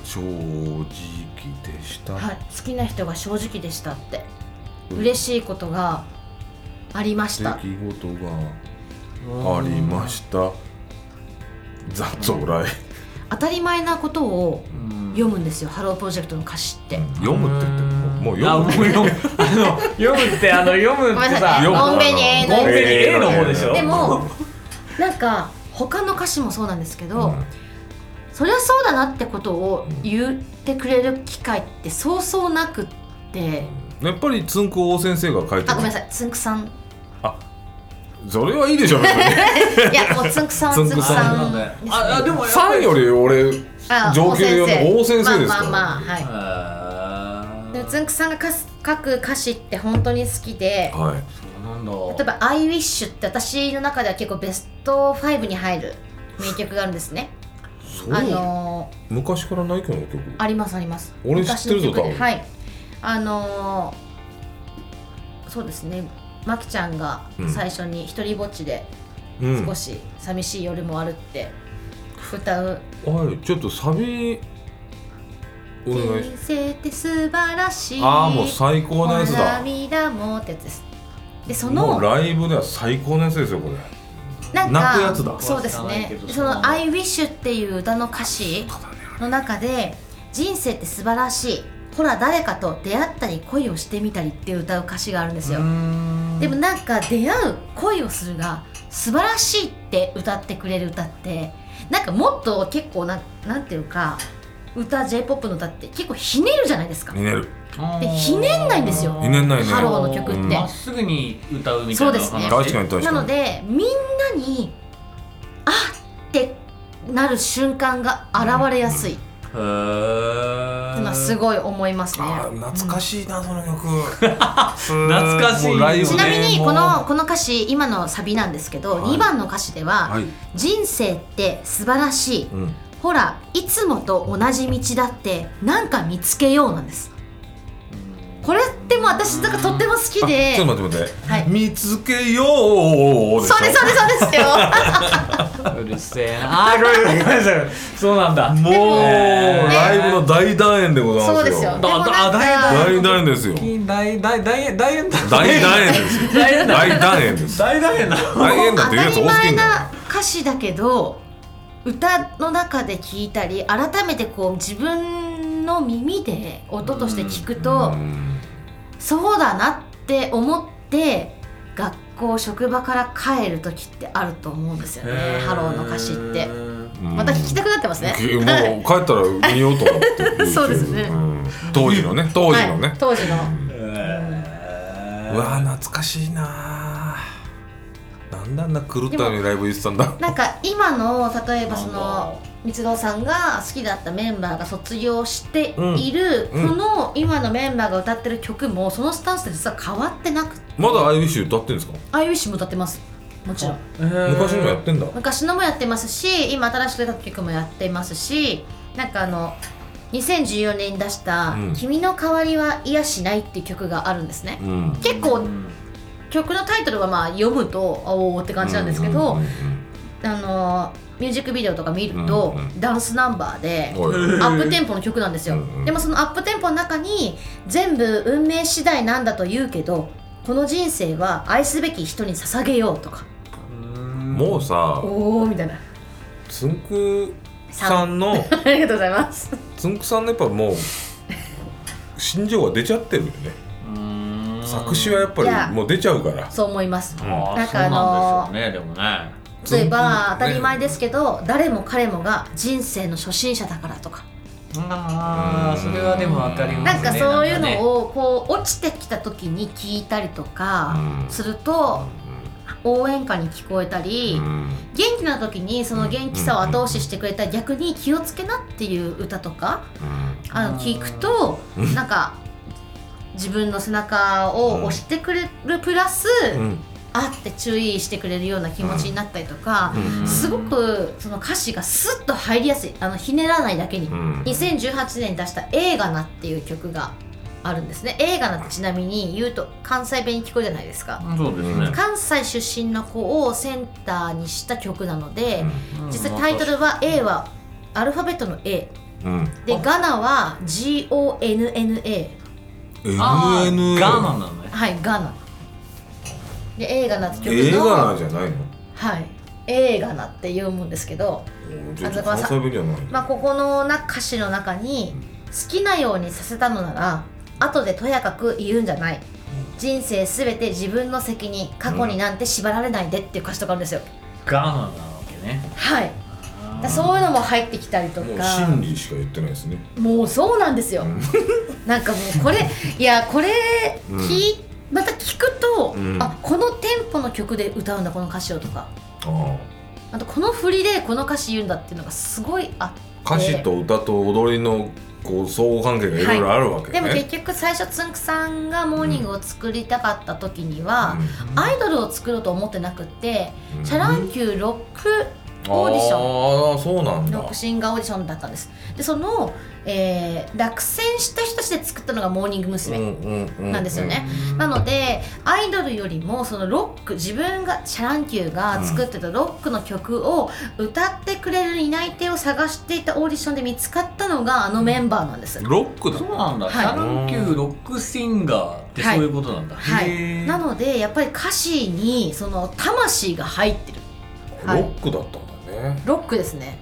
A: 正直でした、
C: はい、好きな人が正直でしたって嬉しいことがありまし
A: 出
C: た
A: 来事がありましたザ・ゾライ
C: 当たり前なことを
B: うん
C: 読むんですよハロープロジェクトの歌詞って、
A: 読むって言ってもうもう
B: あもう
A: 読む
B: 読むあの読むってあの読むっ
C: ごめん
B: て
C: なさい
B: さ
A: 読む
C: のんべに A の
B: のんべに A の方でしょ
C: でもなんか他の歌詞もそうなんですけど、そりゃそうだなってことを言ってくれる機会ってそうそうなくって
A: うんやっぱりつんく王先生が書いて
C: あ
A: る
C: ごめんなさいつんくさんい
A: それはいいで しょ別に
C: やもうつんくさんはつ
A: つ
C: ん
A: ん
C: く
A: く
C: さ
A: さ
C: ん
B: んああでもやっ
A: フ
B: ぱ
A: ァン
B: り
A: より俺
C: あ
A: 上級用の王先生です
C: ま
A: か
C: あ
A: ら
C: まあまあは
B: あ
C: いで
B: ー
C: もつんくさんが書す書く歌詞って本当に好きで
A: はい
B: そうなんだ
C: 例えば「IWISH」って私の中では結構ベスト5に入る名曲があるんですね
A: そう
C: あのー
A: 昔からないけど曲
C: ありますあります
A: 俺知ってるぞ
C: 昔の曲で
A: 多分
C: はいあのーそうですねまきちゃんが最初に一人ぼっちで
A: うん
C: 少し寂しい夜もあるって歌う
A: はいちょっとサビお願いし
C: 人生って素晴らしい
A: ああもう最高のやつだ
C: 涙もってやつですでそ
A: も
C: の
A: うライブでは最高のやつですよこれ
C: なん
A: 泣
C: か
A: くやつだ
C: そうです
B: 知らないけ
C: ね
B: ど
C: そ
B: そ
C: の「
B: の
C: I wish」っていう歌の歌詞の中で「人生って素晴らしい」「ほら誰かと出会ったり恋をしてみたり」っていう歌う歌詞があるんですよ、でもなんか出会う恋をするが素晴らしいって歌ってくれる歌ってなんかもっと結構なんなんていうか歌 j p o p の歌って結構ひねるじゃないですか
A: ひねる
B: あー
C: でひねんないんですよ
A: ひねんないねハ
C: ローの曲って
B: まっすぐに歌うみたい
C: そう
B: な
C: で
B: 話
C: すね
A: 確かに確かに
C: なのでみんなにあってなる瞬間が現れやすいって
B: へー
C: いうのはすごい思いますね、
A: あー懐かしいな、その 曲
B: 懐かしい
A: もうライブ
C: ちなみ
A: ね
C: にこ
A: も
C: のこの歌詞今のサビなんですけど、
A: はい
C: 2番の歌詞では、
A: うはい、
C: 人生って素晴らしい、
A: うん、
C: ほらいつもと同じ道だってなんか見つけようなんですこれってもう私なんかとっても好きで
A: あちょっと待って待って、
C: はい
A: 見つけようでしょ
C: そうですそうですそうで すよ
B: うるせえなあーごめんなさいそうなんだ
A: もう、ライブの大団円でございますよ
C: そうですよでもなん
B: だだ
C: か
A: 大団円ですよ
B: 大大大大大
A: 大団円ですよ
B: 大
A: 大団円です
B: 大大変な
A: 大団円だっ
C: 当
A: て言う
C: た
A: やつ多
C: り
A: すぎ
C: 前
A: んだよ
C: な歌詞だけど歌の中で聞いたり改めてこう自分の耳で音として聞くと
A: うん
C: そうだなって思って学校職場から帰る時ってあると思うんですよねハローの歌詞ってまた聞きたくなってますね、
A: きもう帰ったら見ようと思って
C: そうですね
A: ん当時のね当時のね、
C: はい、当時の
A: うわー懐かしいなーなんであんな狂ったようにライブ行ってたんだ
C: なんか今の例えばそ
B: なん
C: の
B: だ
C: 光郎さんが好きだったメンバーが卒業している、
A: うんうん
C: この今のメンバーが歌ってる曲もそのスタンスで実は変わってなくて
A: まだ「アイウィッシュ歌ってんですか
C: 「アイウィッシュも歌ってますもちろん
A: 昔のもやってんだ
C: 昔のもやってますし今新しく出た曲もやってますしなんかあの2014年に出した
A: うん
C: 「君の代わりは癒やしない」っていう曲があるんですね、
A: うん
C: 結構曲のタイトルはまあ読むとあおおって感じなんですけど、
A: うんうん
C: あのミュージックビデオとか見ると、
A: うんうん
C: ダンスナンバーで
A: うんうんおい
C: アップテンポの曲なんですよ、
A: うんうん
C: でもそのアップテンポの中に全部運命次第なんだと言うけどこの人生は愛すべき人に捧げようとか
A: もうさ
C: おおみたいな
A: つんくさんの
C: ありがとうございます
A: つんくさんのやっぱもう心情が出ちゃってるよね作詞はやっ
C: い
A: ぱ
C: や
A: りもう出ちゃうから
C: そう思います
A: うん
C: な
B: なんん
C: か
B: か
C: あ
B: あ
C: の
B: のそうなんでしょうねでもね
C: 例えば当たり前ですけど誰も彼もが人生の初心者だからとか
B: あーそれはでもわかります
C: なん
B: ね
C: かそういう
B: なんかね
C: のをこう落ちてきた時に聞いたりとか
A: うん
C: すると応援歌に聞こえたり、
A: うん
C: 元気な時にその元気さを後押ししてくれた逆に気をつけなっていう歌とかあの
B: うん
C: 聞くとなんか自分の背中を押してくれるプラス
A: うんうん
C: あって注意してくれるような気持ちになったりとか
A: うん
C: すごくその歌詞がスッと入りやすいあのひねらないだけに
A: うん
C: 2018年に出した「映画な」っていう曲があるんですね映画なんてちなみに言うと関西弁に聞こえるじゃないですか
B: そうですね、
C: 関西出身の子をセンターにした曲なので、
B: うん
C: 実際タイトルは A はアルファベットの A
A: うん
C: で
B: あ
C: ガナは GONNA
B: あー
A: NN
B: ガーナなのね
C: はいガナで映画なって曲の
A: 映画なんじゃないの
C: はい映画なって読むんですけど
A: うんちょっ
C: あ
A: と
C: ごめんな
A: 関
C: さい
A: 西弁じゃないの
C: まあここのな歌詞の中に好きなようにさせたのなら後でとやかく言うんじゃない人生すべて自分の責任過去になんて縛られないでっていう歌詞とかあるんですよ、
B: ガーナなわけね
C: はい
B: あ
C: だか
B: ー
C: らそういうのも入ってきたりと
A: もう
C: か
A: 真理しか言ってないですね
C: もうそうなんですよ なんかもうこれいやこれ
A: うん
C: 聞い、また聞くと、
A: うん
C: あこのテンポの曲で歌うんだこの歌詞をとか
A: あ
C: あとこの振りでこの歌詞言うんだっていうのがすごいあ
A: あ歌詞と歌と踊りのこう相互関係がいろいろあるわけ
C: で
A: ね、
C: も結局最初つんくさんがモーニングを作りたかった時には、
A: う
C: アイドルを作ろうと思ってなくって、
A: ん
C: シャランキューロックオーディション
A: ああそうなん
C: ロ
A: だ
C: ックシンガーオーディションだったんですでその、えー落選した人たちで作ったのがモーニング娘。なんですよね、なのでアイドルよりもそのロック自分がシャ乱 Q が作ってたロックの曲を歌ってくれる担い手を探していたオーディションで見つかったのがあのメンバーなんです。
A: ロックだ
B: そうなんだ、
C: はい
B: シャランキューロックシンガーってそういうことなんだ、
C: は
B: へ
C: い、
B: ー
C: なのでやっぱり歌詞にその魂が入ってる
A: ロ
C: はい
A: ックだったんだね
C: ロックですね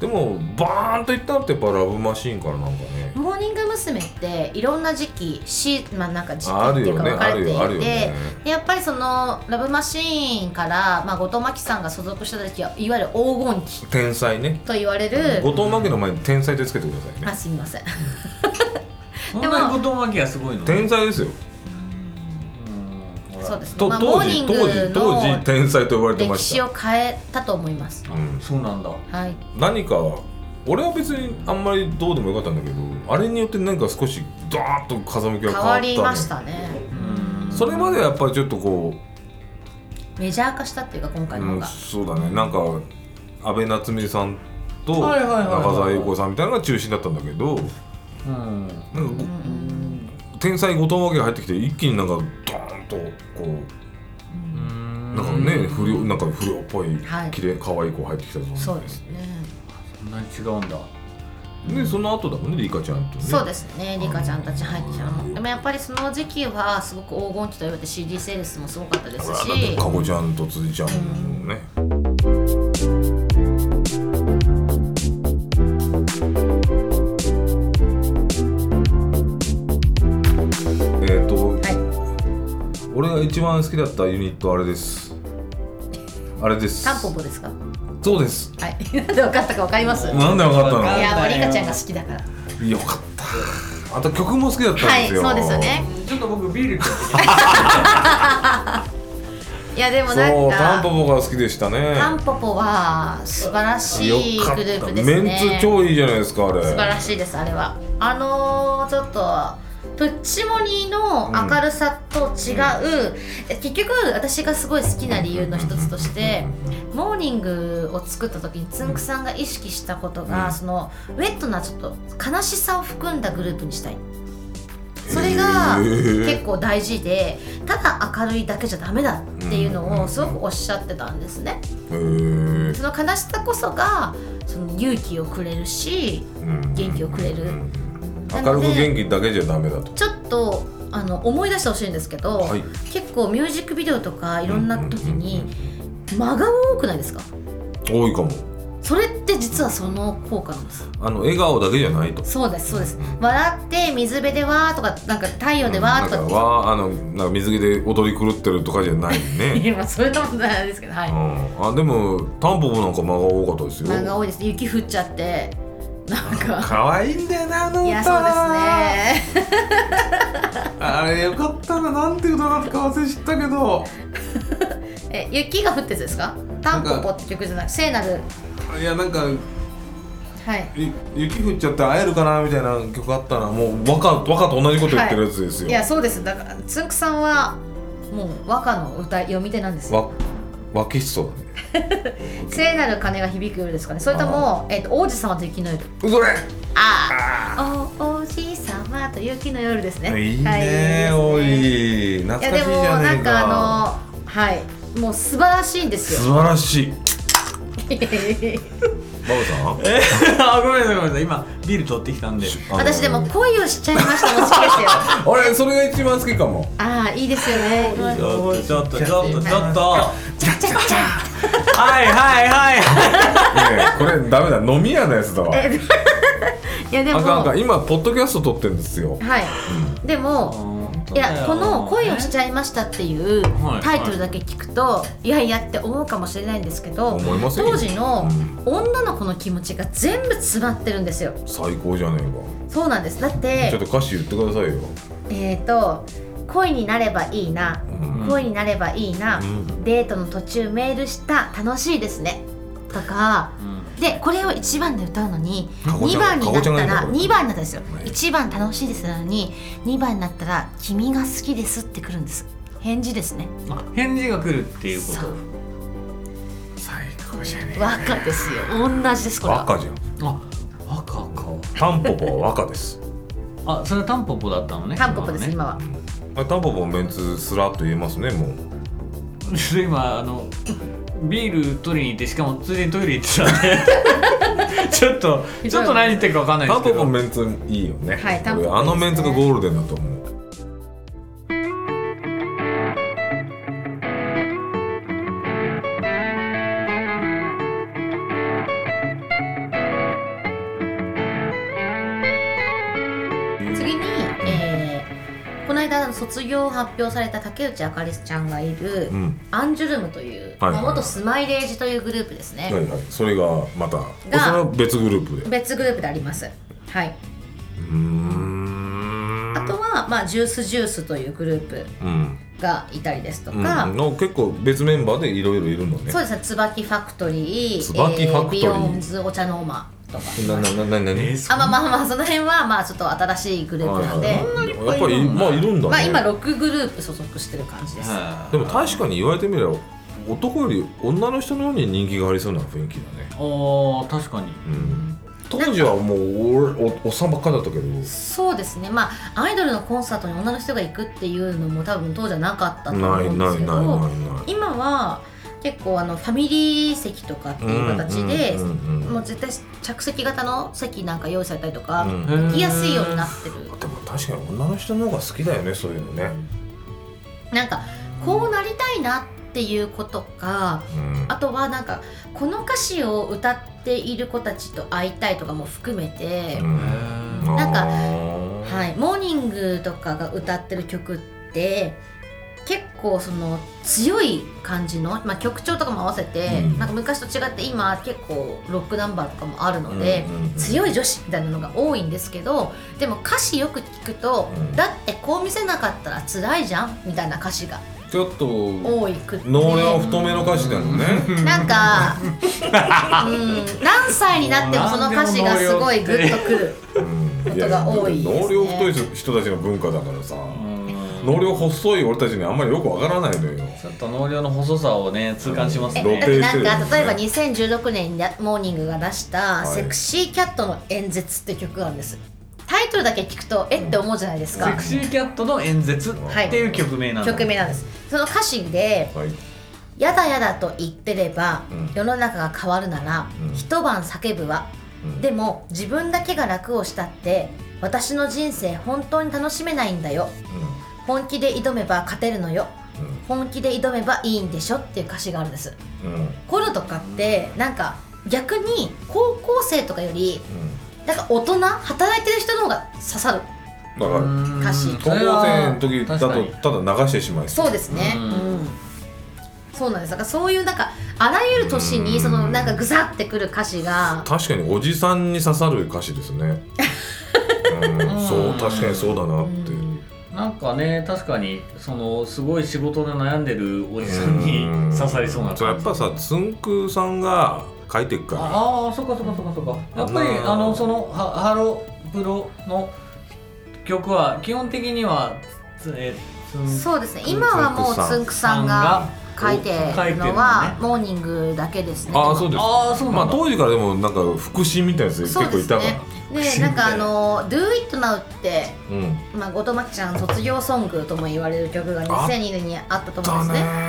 A: でもバーンといったのってやっぱラブマシーンからなんかね
C: モーニング娘。っていろんな時期し、まあ、なんか時期
A: あ
C: って
A: る
C: いう
A: よ
C: か
A: ね
C: 分か
A: あ
C: れ
A: る
C: ていて、
A: よあるよね
C: でやっぱりそのラブマシーンから、まあ、後藤真希さんが所属した時はいわゆる黄金期
A: 天才ね
C: と言われる、
A: 後藤真希の前に天才ってつけてください
C: あ
A: ね
C: すみません
B: そんなに後藤真希がすごいの
A: 天才ですよ
B: うんほら
C: そうですね、
A: と
C: まあ、モ
A: 当
C: ーニ
A: 時
C: ン
A: 当
C: グ
A: 時当時
C: の
A: 天才と呼ばれてま
C: 歴
A: し
C: 史
A: た
C: を変えたと思います
A: うん
B: そうなんだ
C: はい
A: 何か俺は別にあんまりどうでもよかったんだけどあれによって何か少しドーンと風向きが変わっ
C: 変
A: た
C: わ
A: のよ
C: りましたね
B: うん
A: それまではやっぱりちょっとこう
C: メジャー化したっていうか今回の
A: う
C: 方
A: ん、
C: が、
A: そうだねなんか安倍夏実さんと
B: はいはいはいはい
A: 中澤裕子さんみたいなのが中心だったんだけど
B: うん
A: なんか
C: うんうん
A: こ天才後藤真希が入ってきて一気になんかドーンとこうなんかね、不良なんか不良っぽい
C: はい
A: 綺麗可愛い子入ってきたりとかね
C: そうですね、
B: そんなに違うんだ
A: でその後だもんねリカちゃんとね
C: そうですねリカちゃんたち入ってきたのもでもやっぱりその時期はすごく黄金期と言われて CD セールスもすごかったです
A: ほらだ
C: し
A: ってかごちゃんと辻ちゃんもね、えっ、ー、と、
C: はい
A: 俺が一番好きだったユニットあれですあれです
C: タンポポですか
A: そうです
C: はい なんで分かったか分かりますい
A: なんでわかったの
C: やまあリカちゃんが
B: ち
C: 好きだからは
A: よかったあと曲も好きだったんで
C: い
A: すよ
C: そうですよね
B: ょっと僕ビール買ってき
C: いやでも
A: そう
C: な
A: タン
C: ん
A: ポ
C: か
A: ポが好きでしたね
C: タンポポは素晴らしい
A: よかっ
C: グルー
A: た
C: プですね
A: メンツ超いいじゃないですかあれ
C: 素晴らしいですあれはあのー、ちょっとプッチモニーの明るさと違う、え結局私がすごい好きな理由の一つとしてモーニングを作った時につんくさんが意識したことが、
A: うん
C: そのウェットなちょっと悲しさを含んだグループにしたいそれが
A: へー
C: 結構大事でただ明るいだけじゃダメだっていうのをすごくおっしゃってたんですね
A: へー
C: その悲しさこそがその勇気をくれるし
A: うん
C: 元気をくれるな
A: 明
C: の
A: るく
C: で
A: 元気だけじゃダメだと
C: ちょっとあの思い出してほしいんですけど、
A: はい
C: 結構ミュージックビデオとかいろんな時に間が多くないですか
A: 多いかも
C: それって実はその効果なんです
A: あの笑顔だけじゃないと
C: そうですそうです笑って水辺でわーとかなんか太陽でわーと
A: なん
C: か
A: かわーあのなんか水着で踊り狂ってるとかじゃない
C: って、い
A: ね、
C: やまあそういうことないですけどは
A: う
C: い
A: ん、あでもタンポポなんか間が多かったですよ
C: 間が多いです雪降っちゃってなんか
A: 可愛いんだよなあの歌
C: いやそうですね
A: あれよかったななんて歌だったか忘れ知ったけど
C: え雪が降ってやつですかタンポポって曲じゃなく聖なる
A: いやなんか
C: はい
A: ゆ雪降っちゃって会えるかなみたいな曲あったなもう和歌和歌と同じこと言ってるやつですよ、
C: いやそうですだからつんくさんはもう和歌の歌読み手なんですよ
A: わ和気しそうだね
C: 聖なる鐘が響く夜ですかねそれとも、えっと王子様と雪の夜
A: それ
C: ああお王子様ーと雪の夜ですね。
A: いい
C: は
A: ね、おい、懐
C: いや
A: か
C: で
A: しい
C: も
A: じゃ
C: な
A: ねえ
C: んかあのはいもう素晴らしいんですよ。
A: 素晴らしい。バオさん。
B: えあごめんなさいごめんなさい今ビール取ってきたんで
A: しあの
C: 私でも恋をしちゃいましたも好きですよ。
A: 俺それが一番好きかも。
C: ああいいですよね。
B: ちょっとちょっとちょっとちょっとは
C: ちゃちゃちゃ。
B: いはいはい
A: ねえこれダメだ飲み屋のやつだわ。
C: えいやでも
A: あかんあか
C: は
A: ん今ポッドキャスト撮ってるんですよ。
C: いでも。いやこの「恋をしちゃいました」っていう
B: はい
C: タイトルだけ聞くといやいやって思うかもしれないんですけど
A: 思いませんよ
C: 当時の女の子の気持ちが全部詰まってるんですよ
A: 最高じゃね
C: そうなんですだっ
A: えか。ちょってと歌詞言ってくださいよ。
C: えっと恋になればいいな
A: うん
C: 恋になればいいな、
A: うん
C: デートの途中メールした楽しいですねとかでこれを1番で歌うのに
A: かごち
C: 2
A: ゃん
C: 番にな
A: か
C: った
A: ごちゃんがいるの
C: ら
A: これ
C: 2番になったんですよ
A: はい
C: 1番楽しいですなのに2番になったら「君が好きです」ってくるんです返事ですね
B: あ返事が来るっていうこ
C: そう
A: 最高じゃね
C: 和歌ですよ同じですこれは
A: 若じゃん。
B: とあ赤か
A: タンポポは若です。
B: あそれはタンポポだったのね
C: タンポポです
B: 今
C: 今は
A: あタンポポメンツスラッと言えますねもう。
B: の ね今あのビール取りに行ってしかもついでにトイレ行ってたん でちょっとちょっと何言ってるかわかんないで
A: タ
B: す
A: ン
B: け
A: ポ
B: ど
A: ポメンツいいよね。
C: はいタンポポ
A: 俺あのメンツが
C: いいです
A: ゴールデンだと思う。
C: 次に、えーこの間卒業を発表された竹内あかりちゃんがいる
A: うん。
C: アンジュルムという、
A: はいはい
C: 元スマイレージというグループですね、
A: はいはい。それがまた。それ
C: が
A: は別グループで。
C: 別グループでありますはい、
A: うーん
C: あとは、まあ、ジュースジュースというグループ
A: うん、
C: がいたりですと
A: うん、
C: か、
A: の結構別メンバーでいろいろいるのね
C: そうですね椿ファクトリー
A: 椿ファクトリー
C: ビヨンズお茶の間とか
A: ななななな
B: え
A: に
B: ーそ
C: あ
B: ん
C: ま
B: な
C: あまあまあその辺はまあちょっと新しいグループなんで、
A: やっぱりまあいるんだね、
C: まあ今6グループ所属してる感じです、
B: はい
A: でも確かに言われてみれば男より女の人のように人気がありそうな雰囲気だね、
B: おー確かに
A: うん、当時はもうおおおっさんばっかだったけど
C: そうですねまあアイドルのコンサートに女の人が行くっていうのも多分当時はなかったと思うんですけど
A: い
C: 今は結構あのファミリー席とかっていう形で、
A: うんうんうん
C: もう絶対着席型の席なんか用意されたりとか、
A: うん
B: へー
C: 行きやすいようになってる
A: でも確かに女の人の方が好きだよねそういうのね、
C: なんかこうなりたいなっていうことか
A: うん
C: あとはなんかこの歌詞を歌っている子たちと会いたいとかも含めて
A: う、
B: へ
A: ん
B: ー
C: なんか
A: か
C: はい、モーニングとかが歌ってる曲って結構その強い感じの、まあ、曲調とかも合わせて、
A: うん
C: なんか昔と違って今結構ロックナンバーとかもあるので、強い女子みたいなのが多いんですけどでも歌詞よく聞くと、
A: うん
C: だってこう見せなかったら辛いじゃんみたいな歌詞が
A: ちょっと
C: 多いくって
A: 能量太めの歌詞だよね、
C: なんか、うん、何歳になってもその歌詞がすごいグッとくる。
A: うんいや
C: ことが多いですね
A: 能量太い人たちの文化だからさ、
B: うん
A: 能量細い俺たちにあんまりよくわからないのよ
B: ちょっと能量の細さをね痛感します
C: え
A: 露
C: だ
A: 呈してる
C: って
A: よね
C: なんか例えば2016年にモーニングが出した「
A: はい
C: セクシーキャットの演説」って曲があるんですタイトルだけ聞くとえって思うじゃないです
B: セ
C: か
B: クシーキャットの演説っていう曲名なの、
C: 曲名なんですその歌詞で
A: はい
C: 「やだやだと言ってれば
A: うん
C: 世の中が変わるなら
A: うん
C: 一晩叫ぶわ
A: うん
C: でも自分だけが楽をしたって私の人生本当に楽しめないんだよ本気で挑めば勝てるのよ本気で挑めばいいんでしょ」っていう歌詞があるんです
A: うんうんうん
C: 頃とかってなんか逆に高校生とかよりなんか大人働いてる人の方が刺さる
A: だから
B: うん
C: 歌詞
A: 高校生の時だ
B: 確かに
A: とただ流してしまい
C: そうですね
B: う
C: うんん、そうなんですだからそういうなんかあらゆる年
A: うん
C: にそのなんかグサってくる歌詞が
A: 確かにおじさんに刺さる歌詞です ねうんそう確かにそうだなって
C: うん
B: なんかね確かにそのすごい仕事で悩んでるおじさんに刺さりそうな感じ
A: やっぱさつんくさんが書いてるか
B: ああそっかそっかそっかそっかやっぱり
A: あのー
B: あのそのハハロプロの曲は基本的にはつえつん
C: そうですね今はもう
A: つ
C: つ
A: ん
C: んくさんが書いてるの
B: 書いて
C: は
B: る
C: モーニングだけですね
A: らああそうです
B: ああそう
A: ま
B: な
A: あ
B: んだ、
A: 当時からでもなんか腹心みたいなやつ
C: そ
A: 結構
C: うで
A: い
C: す
A: たから
C: ねでなんかあの「Do It Now」って、
A: うん
C: まあ、後藤真希ちゃんの卒業ソングとも言われる曲が
A: あっ
C: 2002年にあったと思うん
A: だ
C: ですね
A: ね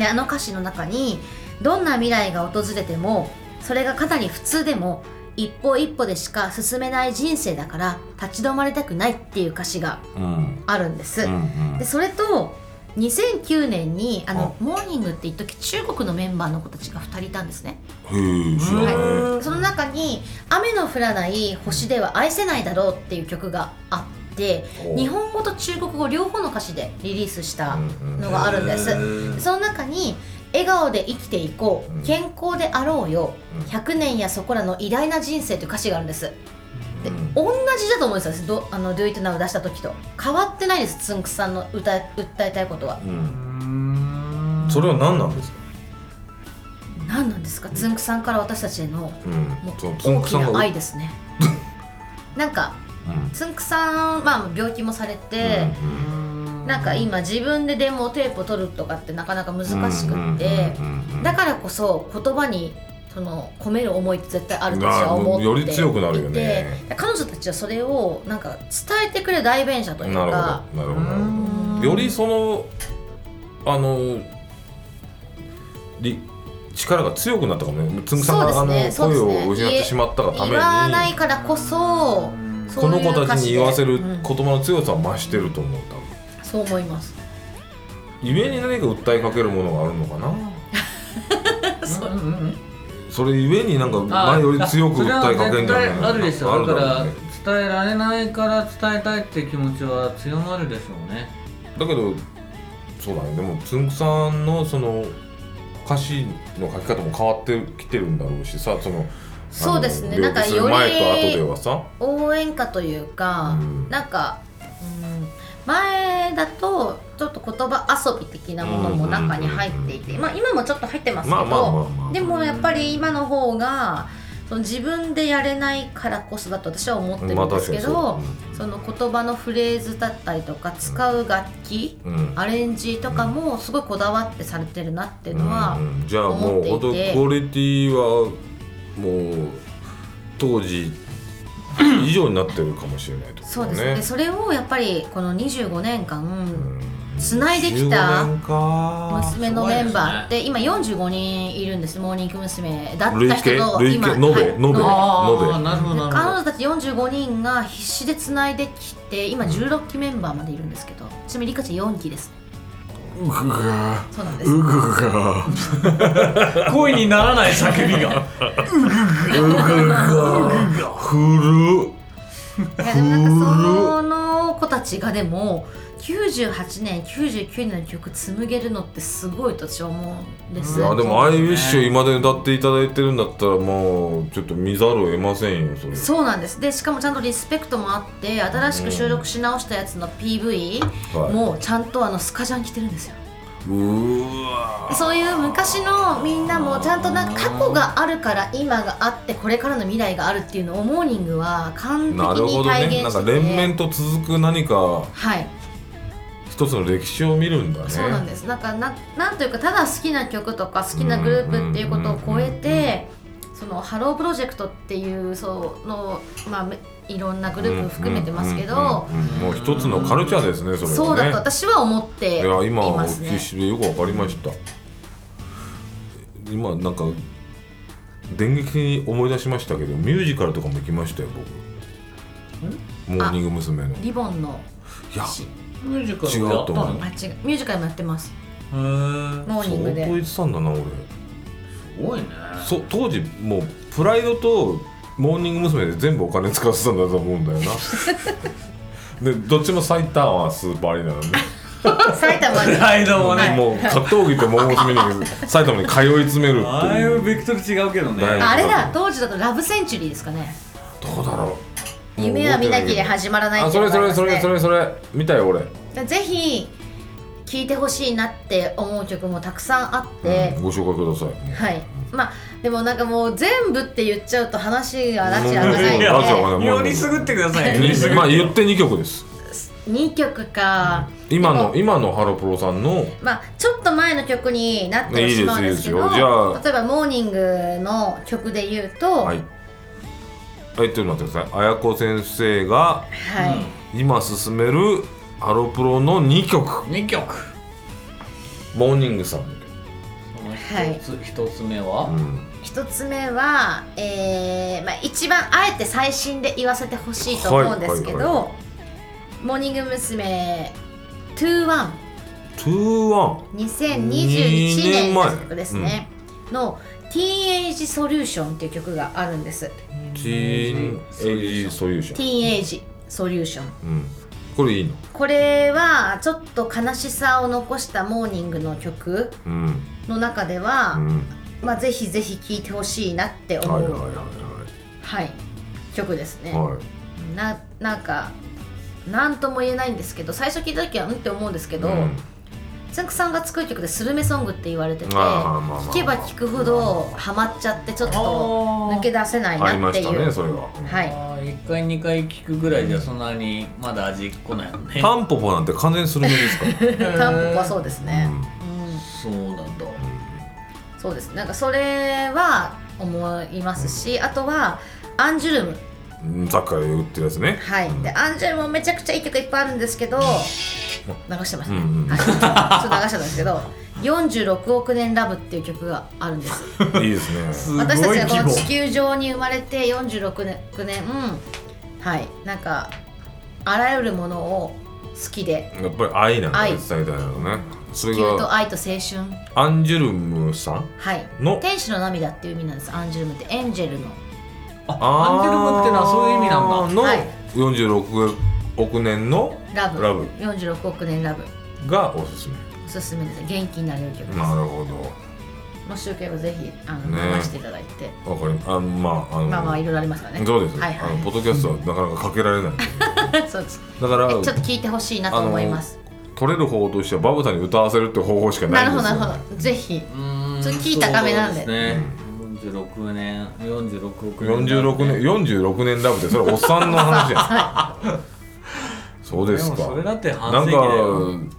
C: であの歌詞の中にどんな未来が訪れてもそれがかなり普通でも一歩一歩でしか進めない人生だから立ち止まりたくないっていう歌詞が
A: ーうん
C: あるんです、
A: うんうん
C: でそれと2009年にあのモーニングって一時中国のメンバーの子たちが2人いたんですね、
A: へえ知らない
B: うん
C: その中に「雨の降らない星では愛せないだろう」っていう曲があって
A: お
C: 日本語と中国語両方の歌詞でリリースした
A: うんうん
C: のがあるんです、
A: うん
C: その中に「笑顔で生きていこ
A: うん
C: う健康であろうよ
A: うん
C: 100年やそこらの偉大な人生」という歌詞があるんですで
A: うん
C: 同じだと思うんですよど「あの Do It Now」出した時と変わってないですつんくさんの歌い訴えたいことは
A: うん
B: ん
A: それは何なんですか
C: 何なんですかつんくさんから私たちへの
A: うん
C: も
A: そう
C: う
A: つん
C: 大
A: く
C: き
A: さん
C: な
A: が
C: 愛です ねなんか
A: うん
C: つんくさん、まあ、病気もされて、なんか今自分でデモテープを取るとかってなかなか難しくって、だからこそ言葉にその込める思いって絶対あると私は思っていて
A: あーより強くなるよね
C: 彼女たちはそれをなんか伝えてくれる代弁者という
A: なる
C: か
A: ほどなるほどなるほ
B: うん
A: どよりそのあのり力が強くなったかもねつんくさんが、
C: そうで
A: あの
C: す
A: 声
C: ねそうですね
A: を失ってしまったがため
C: 言
A: に
C: わないからこそそ
A: こ
C: う
A: の
C: いう
A: 子たちに言わせる
C: 歌詞でうん
A: 言葉の強さは増してると思う多分
C: そう思います
A: ゆえに何か訴えかけるものがあるのかな
C: そう
B: うんうんうん
A: それゆえになんか
B: あ
A: 前より強く訴えかけるんじゃない
B: それ
A: の
B: は絶対あるでしょだ
A: ある
B: から
A: ろうね
B: 伝えられないから伝えたいって気持ちは強まるでしょうね
A: だけどそうだねでもつんくさんのその歌詞の書き方も変わってきてるんだろうしさその
C: そうですね
A: あの
C: なんか
A: 病気する
C: より
A: 前と後ではさ
C: 応援歌というか、
A: うん
C: なんか、うん、前だとちょっと言葉遊び的なものも中に入ってい
A: う
C: て、
A: んうんうん
C: まあ、今もちょっと入ってますけど、
A: まあまあまあまあ
C: でもやっぱり今の方がその自分でやれないからこそだと私は思ってるんですけど、
A: まあ確かに
C: その言葉のフレーズだったりとか使う楽器、
A: うんうん
C: アレンジとかもすごいこだわってされてるなっていうのは、
A: うんじゃあも
C: 思っ
A: う
C: ていて
A: 本当クオリティはもう当時以上になってるかもしれないってこと
C: そう
A: かね
C: ですねでそれをやっぱりこの25年間、
A: うん
C: 繋いできた
A: 15年か
C: 娘のメンバーって今45人いるんですモーニング娘。だっ
A: 累
C: た人
A: 計
C: の
A: 累計
C: 今
A: 延べ
C: はい
A: 延べ延べ
B: ああなるほど
C: 彼
B: なる
C: 女たち45人が必死でつないできて今16期メンバーまでいるんですけどちなみにリカちゃん4期です
A: うぐが
C: そうなんです
A: うぐが
B: ほど恋にならない叫びが
A: うぐが古っ
C: いやでもなんかその子たちがでも98年99年の曲紡げるのってすごいと私は思うんです
A: いや
C: よ
A: でも「アイウィッシュ今で歌っていただいてるんだったらもうちょっと見ざるを得ませんよそれ
C: そうなんですでしかもちゃんとリスペクトもあって新しく収録し直したやつの PV
A: はい
C: もうちゃんとあのスカジャン着てるんですよ
A: うーわ
C: そういう昔のみんなもちゃんとなんか過去があるから今があってこれからの未来があるっていうのをモーニングは完
A: な
C: 璧
A: るほ
C: に
A: ど
C: 体現
A: ねなん
C: して
A: か
C: て、
A: 連綿と続く何か
C: はい、
A: 一つの歴史を見るんだね
C: そうなんですなんかななんというかただ好きな曲とか好きなグループっていうことを超えてそのハロープロジェクトっていうそのまあめいろんなグループ含めてますけど
A: うんうんうんうんもう一つのカルチャーですねそれはね
C: そうだと私は思ってい
A: いや今お
C: ます
A: 聞
C: ね
A: きしてよくわかりました今なんか電撃的に思い出しましたけどミュージカルとかも行きましたよ僕モーニング娘。のい
C: リボンの
A: や
C: し
B: ミュージカ
A: 違う
B: ルやっ
A: と
B: た
A: 思
B: の
A: う
C: あ違うミュージカルもやってます
B: へえ
C: モーニン
A: 相当
C: グで
A: 言ってたんだな俺
B: すごいね
A: そ当時もうプライドとモーニング娘。で全部お金使ってたんだと思うんだよ なでどっちも最短はスーパーアリーナなんで
C: 埼玉
B: プ
C: に
B: ライドもね
A: もう格闘技とモー娘。に埼玉に通い詰めるって
B: だい
A: いう
B: ぶベクトル違うけどね
A: だいぶ
C: あれだ当時だとラブセンチュリーですかね
A: どうだろう
C: 夢は見なきゃ始まらない
A: あ
C: って
A: そ
C: い
A: うれ
C: のが
A: そ
C: あり
A: れ
C: ます
A: そ
C: ね
A: れそれそれ見たよ俺、
C: ぜひ聴いてほしいなって思う曲もたくさんあって、
A: うんご紹介ください
C: はいまあでもなんかもう全部って言っちゃうと話がなちゃ
A: もう
C: 危ないん
A: もう
C: で
A: ラジオがね
B: よりすぐってくださいよ
A: に
B: りすぐ
A: まあ言って2曲です
C: 2曲か
A: 今
C: で
A: の
C: も
A: 今のハロプロさんの
C: まあちょっと前の曲になってはしまうんですけど
A: いいですいいですよじゃあ
C: 例えば「モーニング」の曲で言うと「
A: はいえちょっと待ってください綾子先生が
C: はい、
A: 今進めるハロプロの2曲
B: 2曲
A: モーニングさんの
B: その一つ、一つ目は、
A: 曲、うん、
C: 一つ目は、えーまあ、一番あえて最新で言わせてほしいと思うんですけど、
A: はいはい
C: モーニング娘。21
A: 2-1
C: 2021年の曲です
A: 二年
C: ね、の「ティーンエイジソリューションっていう曲があるんです
A: ティーンエイジソリューシ
C: 「テ
A: ョン、
C: ィーンエイジソリューション
A: うん、これいいの
C: これはちょっと悲しさを残したモーニングの曲
A: うん
C: の中では、
A: うん
C: まあ、ぜひぜひ聴いてほしいなって思
A: は
C: う、
A: い
C: は
A: はいいはい
C: 曲ですね、
A: はいはい
C: ななんかなんとも言えないんですけど最初聞いた時はうんって思うんですけど、
A: うん
C: つんくさんが作る曲でスルメソングって言われてて
A: あーまあまあまあ
C: 聴けば聴くほどハマっちゃってちょっと
B: あー
C: 抜け出せない
A: あり
C: な
A: ま
C: って
A: し
C: い
A: た
C: う、
A: ねそれは、うん
C: はい
B: あー1回2回聞くぐらいじゃそんなにまだ味こないよね
A: タンポポなんて完全にスルメですから、
C: タンポポはそうですね、
B: そうなんだ
C: うん、そうですなんかそれは思いますしあとはアンジュルム
A: うんうん、サッカーで売ってるやつ ね
C: はい、でアンジェルもめちゃくちゃいい曲いっぱいあるんですけど流してましたね、
A: うんうん
C: はいちょっと流してたんですけど46億年ラブっていう曲があるんです
A: いいですね
B: すごい
C: 私たちがこ
B: 規
C: の
B: 模
C: 地球上に生まれて46年9年はいなんかあらゆるものを好きで
A: やっぱり愛なんだね伝えたいのねそれ
C: 地球と
A: が
C: 愛と青春
A: アンジュルムさん
C: はい
A: の
C: 天使の涙っていう意味なんですアンジュルムってエンジェルの
B: あ
A: あー
B: アンジェルムってのはそういう意味なんだ
A: の、
C: はい
A: 46億年の
C: ラブ
A: ラブ
C: 46億年ラブ
A: がおすすめ
C: おすすめです元気になれる曲です
A: なるほど
C: もしよければぜひあの、
A: ね
C: 流していただいて
A: わかりあのまああの、
C: まあまあいろいろありますからね。
A: そうです、
C: はいは
A: あのポッドキャストはなかなかかけられ ない
C: い。そうです。
A: だから
C: えちょっと聞いてほしいなと思います。
A: 取れる方としてはバブさんに歌わせるって方法しかな
C: ないる
A: ん
C: ほ
A: で
C: ど
A: す
C: な
A: よ、
C: るほど。ぜひ。
B: うーん
C: ちょっとキー高めなんで
B: そうですね46年46億年
A: 46年46年ラブってそれおっさんの話じ ゃんそうですか
B: でもそれだって
A: な
B: 半
A: ん
B: 世紀だよ
A: か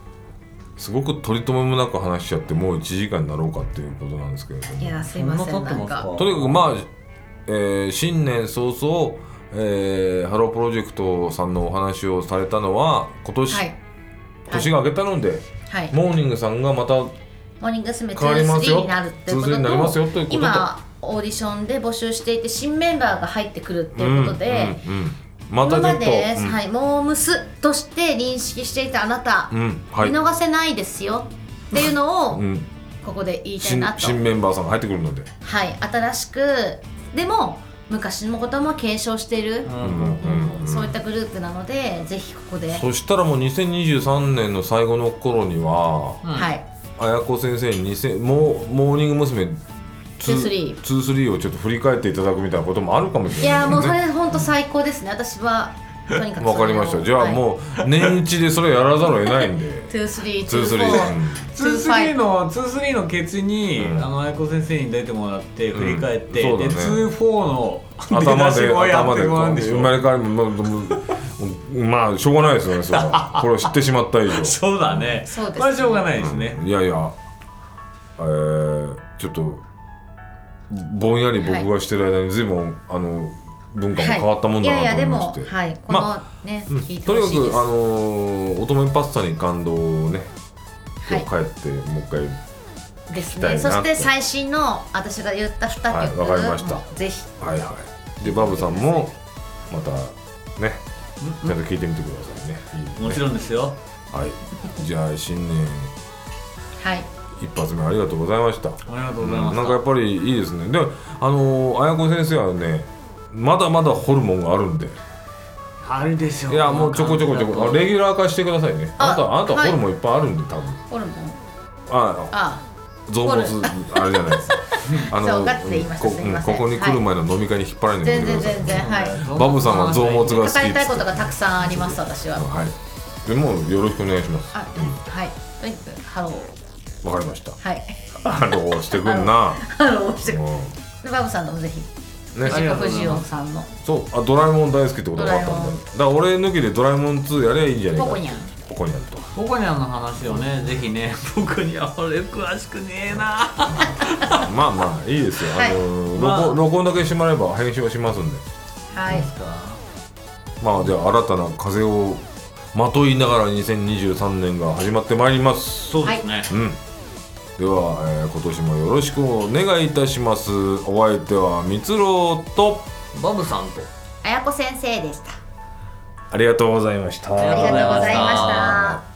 A: すごく取り留めもなく話しちゃってもう1時間になろうかっていうことなんですけれども
C: いやすいません
B: そんな
C: な
B: 経って
C: ん
B: ますか
C: か。
A: とにかくまあ、えー新年早々、えーハロープロジェクトさんのお話をされたのは今年、
C: はい
A: 年が明けたので、
C: はい。
A: モーニングさんがまた
C: モーニング娘。
A: 変わりますよ
C: 23になるっていうこ
A: 23になりますよ
C: と
A: ということとと
C: 今オーディションで募集していて新メンバーが入ってくるっていうことで。
A: うんうんうんまた
C: 今
A: ちょっ
C: ま
A: と、
C: で、
A: うん
C: はい、モームスとして認識していたあなた、
A: うんはい
C: 見逃せないですよっていうのを
A: うん
C: ここで言いたい
A: 新
C: なと
A: 新メンバーさんが入ってくるので、
C: はい、新しくでも昔のことも継承している、
B: う
A: うんう
B: ん
A: んうん
C: そういったグループなのでぜひここで、
A: そしたらもう2023年の最後の頃には
C: はい
A: 綾子先生に2000モーモーニング娘。
C: 23
A: 23をちょっと振り返っていただくみたいなこともあるかもし
C: い
A: れないで
C: や
A: すね
C: もうそれ本当最高ですね私はとにか く
A: わかりましたじゃあ
C: う
A: もう年一でそれやらざるを得ないん で23
C: 2324
B: 23の23のケツに、
A: うん
B: あの愛子先生に出てもらって
A: うん
B: 振り返って、
A: そうだ
B: で
A: ね
B: 24の
A: 頭
B: 出だ
A: で
B: しをや
A: 頭
B: って
A: で
B: もらうんでし
A: 生
B: ょ
A: まれ変わりももうもうまあしょうがないですよねそれは これを知ってしまった以上
B: そうだね
C: そうですね
B: これはしょうがないですね、
A: いやいやえー、ちょっとぼんやり僕がしてる間に随分、あの文化も変わったもんだ
C: い、いや
A: ない
C: や
A: と
C: で
A: 思いま
C: も
A: して、
C: はいこの
A: ま
C: ね、聞いて
A: とに
C: ほ
A: か
C: しいです
A: くあのー、乙女パスタに感動をね今日帰
C: は
A: ってもう一回
C: いです
A: きたい
C: ね
A: なと
C: そして最新の私が言った2曲、
A: はいわかりました
C: もうぜひ
A: はいはい。でバブさんもまたね、ちゃんと聞いてみてくださいね。
B: もちろんですよ
A: はい。じゃあ新年
C: はい
A: 一発目ありがとうございました。
B: ありがとう
A: うん
B: ございま
A: な
B: す、
A: んかやっぱりいいですね。で、あのー、綾子先生はね、まだまだホルモンがあるんで、
B: あれでしょ
A: いやもうちょこちょこちょこ、あレギュラー化してくださいね。あ
C: あ
A: なたあなた
C: は
A: ホ
C: い
A: ルモンいっぱいあるんで多分。
C: ホルモン
A: あ、
C: あ
A: 増
C: ホル
A: 物あれじゃないです か。あ
C: そうガッツで言いました
A: こ
C: すいません
A: ここに来る前の飲み会に引っ張られな
C: あ
A: い
C: 全
A: でくださ
C: 然
A: い。
C: 全然はい
A: バブさんは増毛が好
C: 語
A: きっつって
C: りたいことがたくさんあります私は
A: はい。でもよろしくお願いします。
C: あはいとにかくハロー
A: わかりました。
C: はい
A: ハローしてくんな。
C: ハローして
A: う
C: でバブさんともぜひ
A: んね
B: あり
C: 自
B: が
C: 己
B: とうござ
C: 不二
B: い
C: 雄
B: ます
C: さんの
A: そう、あ、ドラえもん大好きってことが分かった
C: ドラえも
A: ん
C: ん
A: だ。だから俺抜きでドラえもん2やりゃいいんじゃないか。
C: ポコニャン
A: ポコニャンと。
B: ポコニャンの話をねぜひね 僕には俺詳しくねえな
A: まあまあいいですよ。あ
C: はい
A: のー
B: まあ
A: 録音録音だけしてもらえば編集をしますんで。
C: はい
A: まあでは新たな風をまといながら2023年が始まってまいります
B: そうですね。
A: うんでは、えー今年もよろしくお願いいたしますお相手はみつろうと
B: バブさんと。
C: 綾子先生でした
A: ありがとうございました
B: あ
C: あ
B: り
C: り
B: が
C: が
B: とう
C: とう
B: ご
C: ご
B: ざ
C: ざ
B: い
C: い
B: ま
C: ま
B: し
C: したた